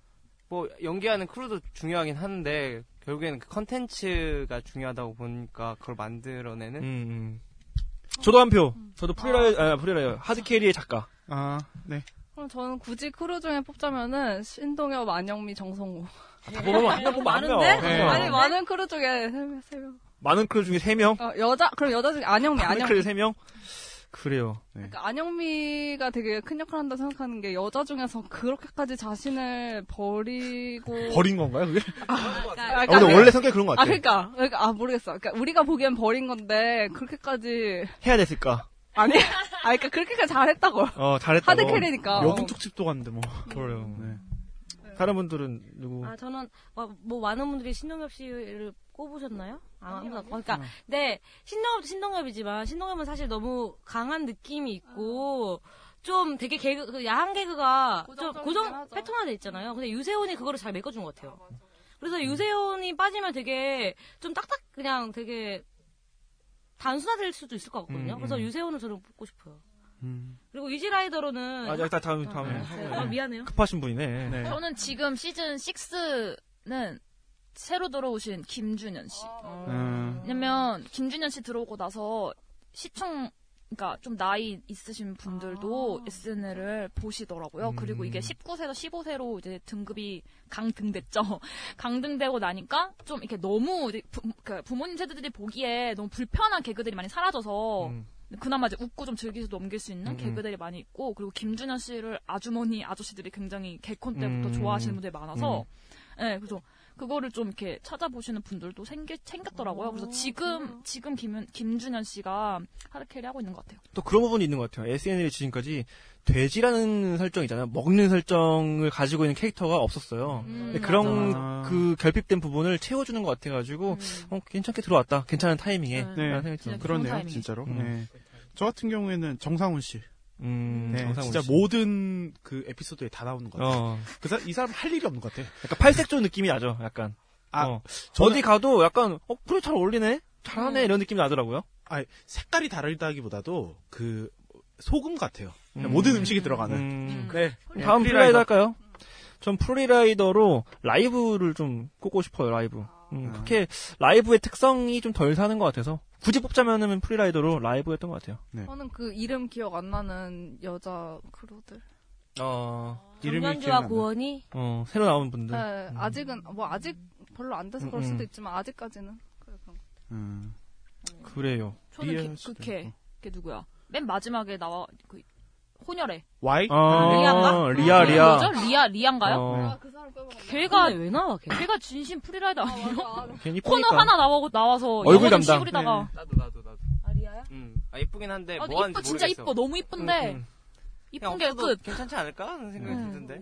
뭐 연기하는 크루도 중요하긴 한데 결국에는 그 컨텐츠가 중요하다고 보니까 그걸 만들어내는
음, 저도 한 표.
음.
저도 프리라이 아, 프리라이 하드캐리의 작가.
아 네.
그럼 저는 굳이 크루 중에 뽑자면은 신동엽, 안영미, 정성호.
다 뽑으면 뭐, 안 돼, 뽑으면 안 돼요.
네. 많은데?
네.
아니 많은 크루 중에 세명 세 명.
많은 크루 중에 세 명.
어, 여자 그럼 여자 중에 안영미,
많은
안영미.
크루 세 명. 그래요. 네.
그러니까 안영미가 되게 큰 역할을 한다 고 생각하는 게 여자 중에서 그렇게까지 자신을 버리고
버린 건가요 그게?
아,
아, 근데 원래 성격이 그런 것 같아.
아, 그러니까, 그러니까 아 모르겠어. 그러니까 우리가 보기엔 버린 건데 그렇게까지
해야 됐을까?
아니, *laughs* 아 그러니까 그렇게까지 잘했다고.
어 잘했다.
하드캐리니까. 음.
척집도 갔는데 뭐.
그래요. 네. 다른 분들은 누구?
아 저는 와- 뭐 많은 분들이 신동엽 씨를 꼽으셨나요? 아, 아무나 그러니까
어.
네 신동엽 신동엽이지만 신동엽은 사실 너무 강한 느낌이 있고 좀 되게 개그 그 야한 개그가 좀 고정 패턴화돼 있잖아요. 근데 유세훈이 그거를 잘 메꿔준 것 같아요. 그래서 유세훈이 빠지면 되게 좀 딱딱 그냥 되게 단순화될 수도 있을 것 같거든요.
음,
그래서
음.
유세훈을 저는 뽑고 싶어요. 그리고 이지라이더로는
아, 네. 일단 다음 다음.
네.
아, 미안해요.
급하신 분이네.
저는 지금 시즌 6는 새로 들어오신 김준현 씨.
네.
어,
음.
왜냐면 김준현 씨 들어오고 나서 시청 그러니까 좀 나이 있으신 분들도 SNL을 보시더라고요.
음.
그리고 이게 19세에서 15세로 이제 등급이 강등됐죠. *laughs* 강등되고 나니까 좀 이렇게 너무 이제 부, 그 부모님 세대들이 보기에 너무 불편한 개그들이 많이 사라져서 그나마 이제 웃고 좀 즐기면서 넘길 수 있는
음,
개그들이 많이 있고 그리고 김준현 씨를 아주머니 아저씨들이 굉장히 개콘 때부터
음.
좋아하시는 분들이 많아서 예, 그래서 그거를 좀 이렇게 찾아보시는 분들도 생기, 생겼더라고요.
아,
그래서 지금, 지금 김, 김준현 씨가 하드캐리 하고 있는 것 같아요.
또 그런 부분이 있는 것 같아요. SNL이 지금까지 돼지라는 설정 있잖아요. 먹는 설정을 가지고 있는 캐릭터가 없었어요.
음.
근데 음. 네, 그런
어.
그 결핍된 부분을 채워주는 것
음.
같아가지고 어, 괜찮게 들어왔다. 괜찮은 타이밍에. 라는 생각이 들어요.
네. 그렇네요, 진짜로. 네. 저 같은 경우에는 정상훈 씨. 네,
음, 정상훈
진짜
씨.
모든 그 에피소드에 다 나오는 것 같아요.
어.
그 사, 이 사람 할 일이 없는 것 같아.
약간 팔색조 느낌이 나죠. 약간.
아,
어.
저는-
어디 가도 약간 어 그래 잘 어울리네. 잘하네 이런 느낌이 나더라고요.
아, 색깔이 다르다기보다도 그 소금 같아요. 그냥
음.
모든 음식이 들어가는.
음.
네.
다음
네,
프리라이더 할까요? 전 프리라이더로 라이브를 좀 꼽고 싶어요, 라이브.
아.
음, 그렇게 라이브의 특성이 좀 덜 사는 것 같아서. 굳이 뽑자면은 프리라이더로 라이브였던 것 같아요.
저는 그 이름 기억 안 나는 여자 크루들.
어,
정면주와 고원이
어, 새로 나온 분들.
네, 아직은 뭐 아직 별로 안 돼서 그럴
음,
수도
음.
있지만 아직까지는 그래 그런 거.
음.
그래요.
저는 기- 그걔 걔 누구야? 맨 마지막에 나와 그 혼혈해.
와이?
어,
아, 리아인가?
리아,
걔
리아.
뭐죠? 리아 리아인가요?
어.
걔가
근데 왜 나와? 어, 걔?
걔가 진심 프리라이더 아니에요?
괜히
코너
이쁘니까.
하나 나오고 나와서
얼굴
영어 좀
담당.
씹으리다가
나도 나도 나도 아리아야? 음아 예쁘긴 한데
네,
아, 근데
뭐 하는지
이뻐, 진짜
모르겠어.
이뻐. 너무 이쁜데.
음,
응, 응.
이쁜
그냥
게
없어도
끝.
괜찮지 않을까 하는 생각이
음.
드는데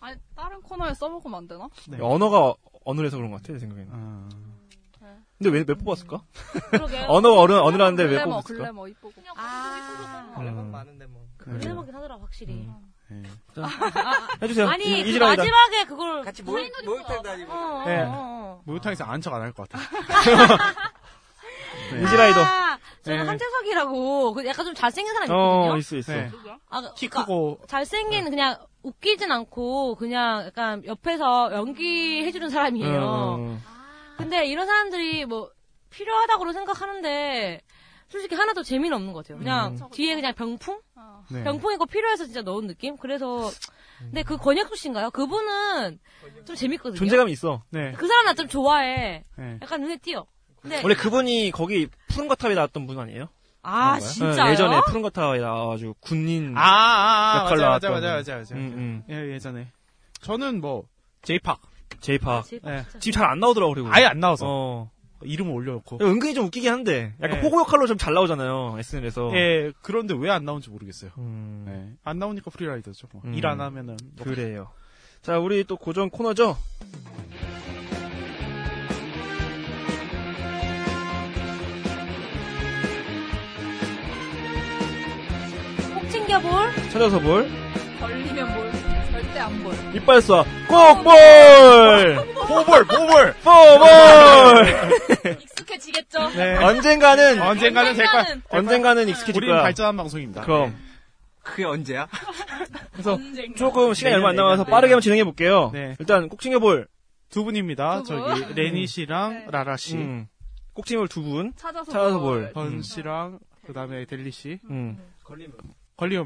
아니 다른 코너에 써먹으면 안 되나?
네, 언어가 어눌해서 그런 것 같아요, 제 생각에는.
네.
근데 왜, 왜 뽑았을까?
그러게요.
언어가 어른, 어눌한데 왜
글래머,
뽑았을까? 음.
글래머 이쁘고.
아.
글래머는
많은데 뭐.
그래 먹긴 하더라 확실히.
네.
자, *laughs* 해주세요.
아니
이-
그
이지라이다. 예.
마지막에 그걸 같이
모욕- 모욕탕도 아니고.
어,
네.
어, 어.
목욕탕에서 안 척 안 할 것
*laughs*
같아. 네.
예.
아, 저는
네.
한채석이라고 그 약간 좀 잘생긴 사람 있거든요.
어, 있어, 있어.
네.
아,
키
그러니까
크고.
예.
잘생긴 그냥 웃기진 않고 그냥 약간 옆에서 연기해주는 사람이에요.
음.
근데 이런 사람들이 뭐 필요하다고 생각하는데 솔직히 하나도 재미는 없는 것 같아요. 그냥
음.
뒤에 그냥 병풍?
예.
네.
병풍이고 필요해서 진짜 넣은 느낌? 그래서 근데 그 권혁수 씨인가요? 그분은 좀 재밌거든요.
존재감이 예. 있어.
네.
그 사람 나 좀 좋아해.
네.
약간 눈에 띄어. 근데
원래 그분이 거기 푸른 거탑에 나왔던 분 아니에요?
아
그런가요?
진짜요?
예, 예전에 푸른 거탑에 나와가지고 군인
아, 아, 아,
음. 역할
맞아, 맞아,
나왔던
맞아,
분.
맞아, 맞아.
음,
예, 예전에. 저는 뭐, 제이팍.
제이팍.
예.
지금 잘 안 나오더라고 그리고
아예 안 나와서.
어.
이름을 올려놓고.
은근히 좀 웃기긴 한데 약간
예.
호구 역할로 좀 잘 나오잖아요 SNL에서. 음.
예, 그런데 왜 안 나온지 모르겠어요. 예, 안 나오니까 프리라이더죠. 일 안 하면은. 뭐.
그래요. 자 우리 또 고정 코너죠.
꼭 챙겨볼
찾아서 볼
걸리면 뭘 절대
안 보여.
이빨 쏴. 꼭볼!
포볼, 포볼!
포볼!
익숙해지겠죠?
음. 네. 언젠가는,
언젠가는 될 거야. 네.
언젠가는 익숙해질
우린
거야.
발전한 방송입니다.
그러니까.
네,
그럼. 그게 언제야? 그래서
언젠가.
조금 시간이 얼마 안
내년,
남아서
내년,
빠르게
내년.
한번 진행해 볼게요.
네.
일단 꼭 챙겨볼
두 분입니다. 저기 레니 씨랑 라라 씨.
음. 꼭 챙겨볼 두 분.
찾아서,
볼.
번
음.
씨랑 그다음에 델리 씨.
음.
걸리면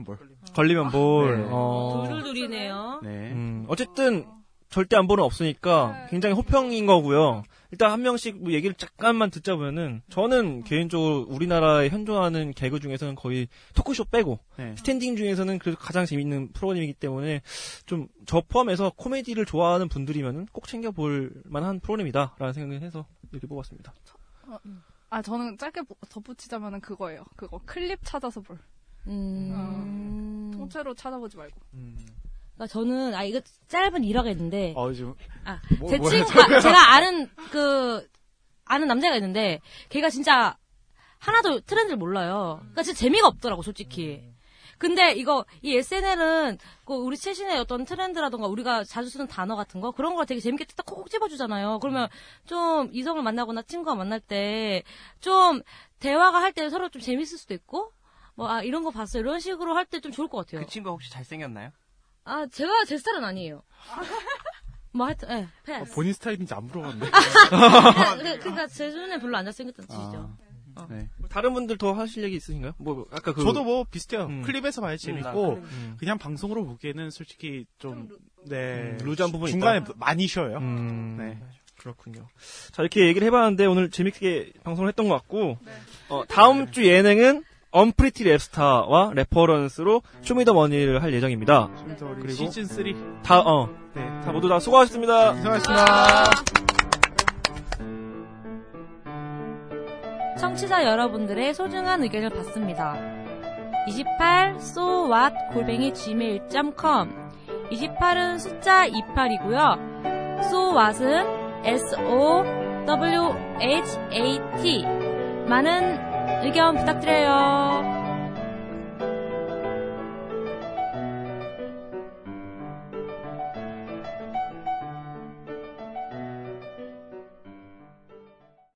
볼.
아,
걸리면 볼.
네.
뭐
어.
둘둘이네요.
네.
음, 어쨌든 절대 안보는
네.
없으니까 굉장히 호평인 거고요. 일단 한 명씩 뭐 얘기를 잠깐만 듣자 보면은 저는 개인적으로 우리나라에 현존하는 개그 중에서는 거의 토크쇼 빼고
네.
스탠딩 중에서는 그래도 가장 재밌는 프로그램이기 때문에 좀 저 포함해서 코미디를 좋아하는 분들이면은 꼭 챙겨볼 만한 프로그램이다라는 생각을 해서 이렇게 뽑았습니다.
어, 음. 아 저는 짧게 보- 덧붙이자면은 그거예요. 그거 클립 찾아서 볼.
음.
어, 통째로 찾아보지 말고.
어.
그러니까 음. 저는 아 이거 짧은 일화가 있는데
어, 지금.
아,
뭐-
제
뭐야,
친구가
*laughs*
저거야?
제가 아는 그 아는 남자가 있는데 걔가 진짜 하나도 트렌드를 몰라요. 그러니까 진짜 재미가 없더라고 솔직히. 근데 이거 이 SNL은 그 우리 최신의 어떤 트렌드라던가 우리가 자주 쓰는 단어 같은 거 그런 걸 되게 재밌게 딱 콕콕 집어주잖아요. 그러면
음.
좀 이성을 만나거나 친구가 만날 때 좀 대화가 할 때 서로 좀 재밌을 수도 있고 뭐 아 이런 거 봤어요 이런 식으로 할 때 좀 좋을 것 같아요.
그 친구 혹시 잘생겼나요?
아 제가 제 스타일은 아니에요. 뭐 하여튼 예 *laughs*
아,
패스.
본인 스타일인지 안 물어봤네.
그러니까, 그- 그러니까 제 눈에 별로 안 잘생겼다는 뜻이죠.
네.
다른 분들 더 하실 얘기 있으신가요? 뭐 아까 그
*laughs* 저도 뭐 비슷해요.
음.
클립에서 봐야
음, 나
재밌고
클립. 음.
그냥 방송으로 보기에는 솔직히 좀, 네
음, 루즈한 부분이
중간에
있다.
많이 쉬어요.
네. 그렇군요. 자, 이렇게 얘기를 해봤는데 오늘 재밌게 방송을 했던 것 같고, 어, 다음 주 예능은 언프리티 랩스타와 레퍼런스로 쇼미더머니를 할 예정입니다.
그리고 시즌 3
다, 어.
네.
다 모두 다 수고하셨습니다.
수고하셨습니다.
청취자 여러분들의 소중한 의견을 받습니다. 28 so what 골뱅이 gmail.com 28은 숫자 28이고요. so what은 s o w h a t 많은 의견 부탁드려요.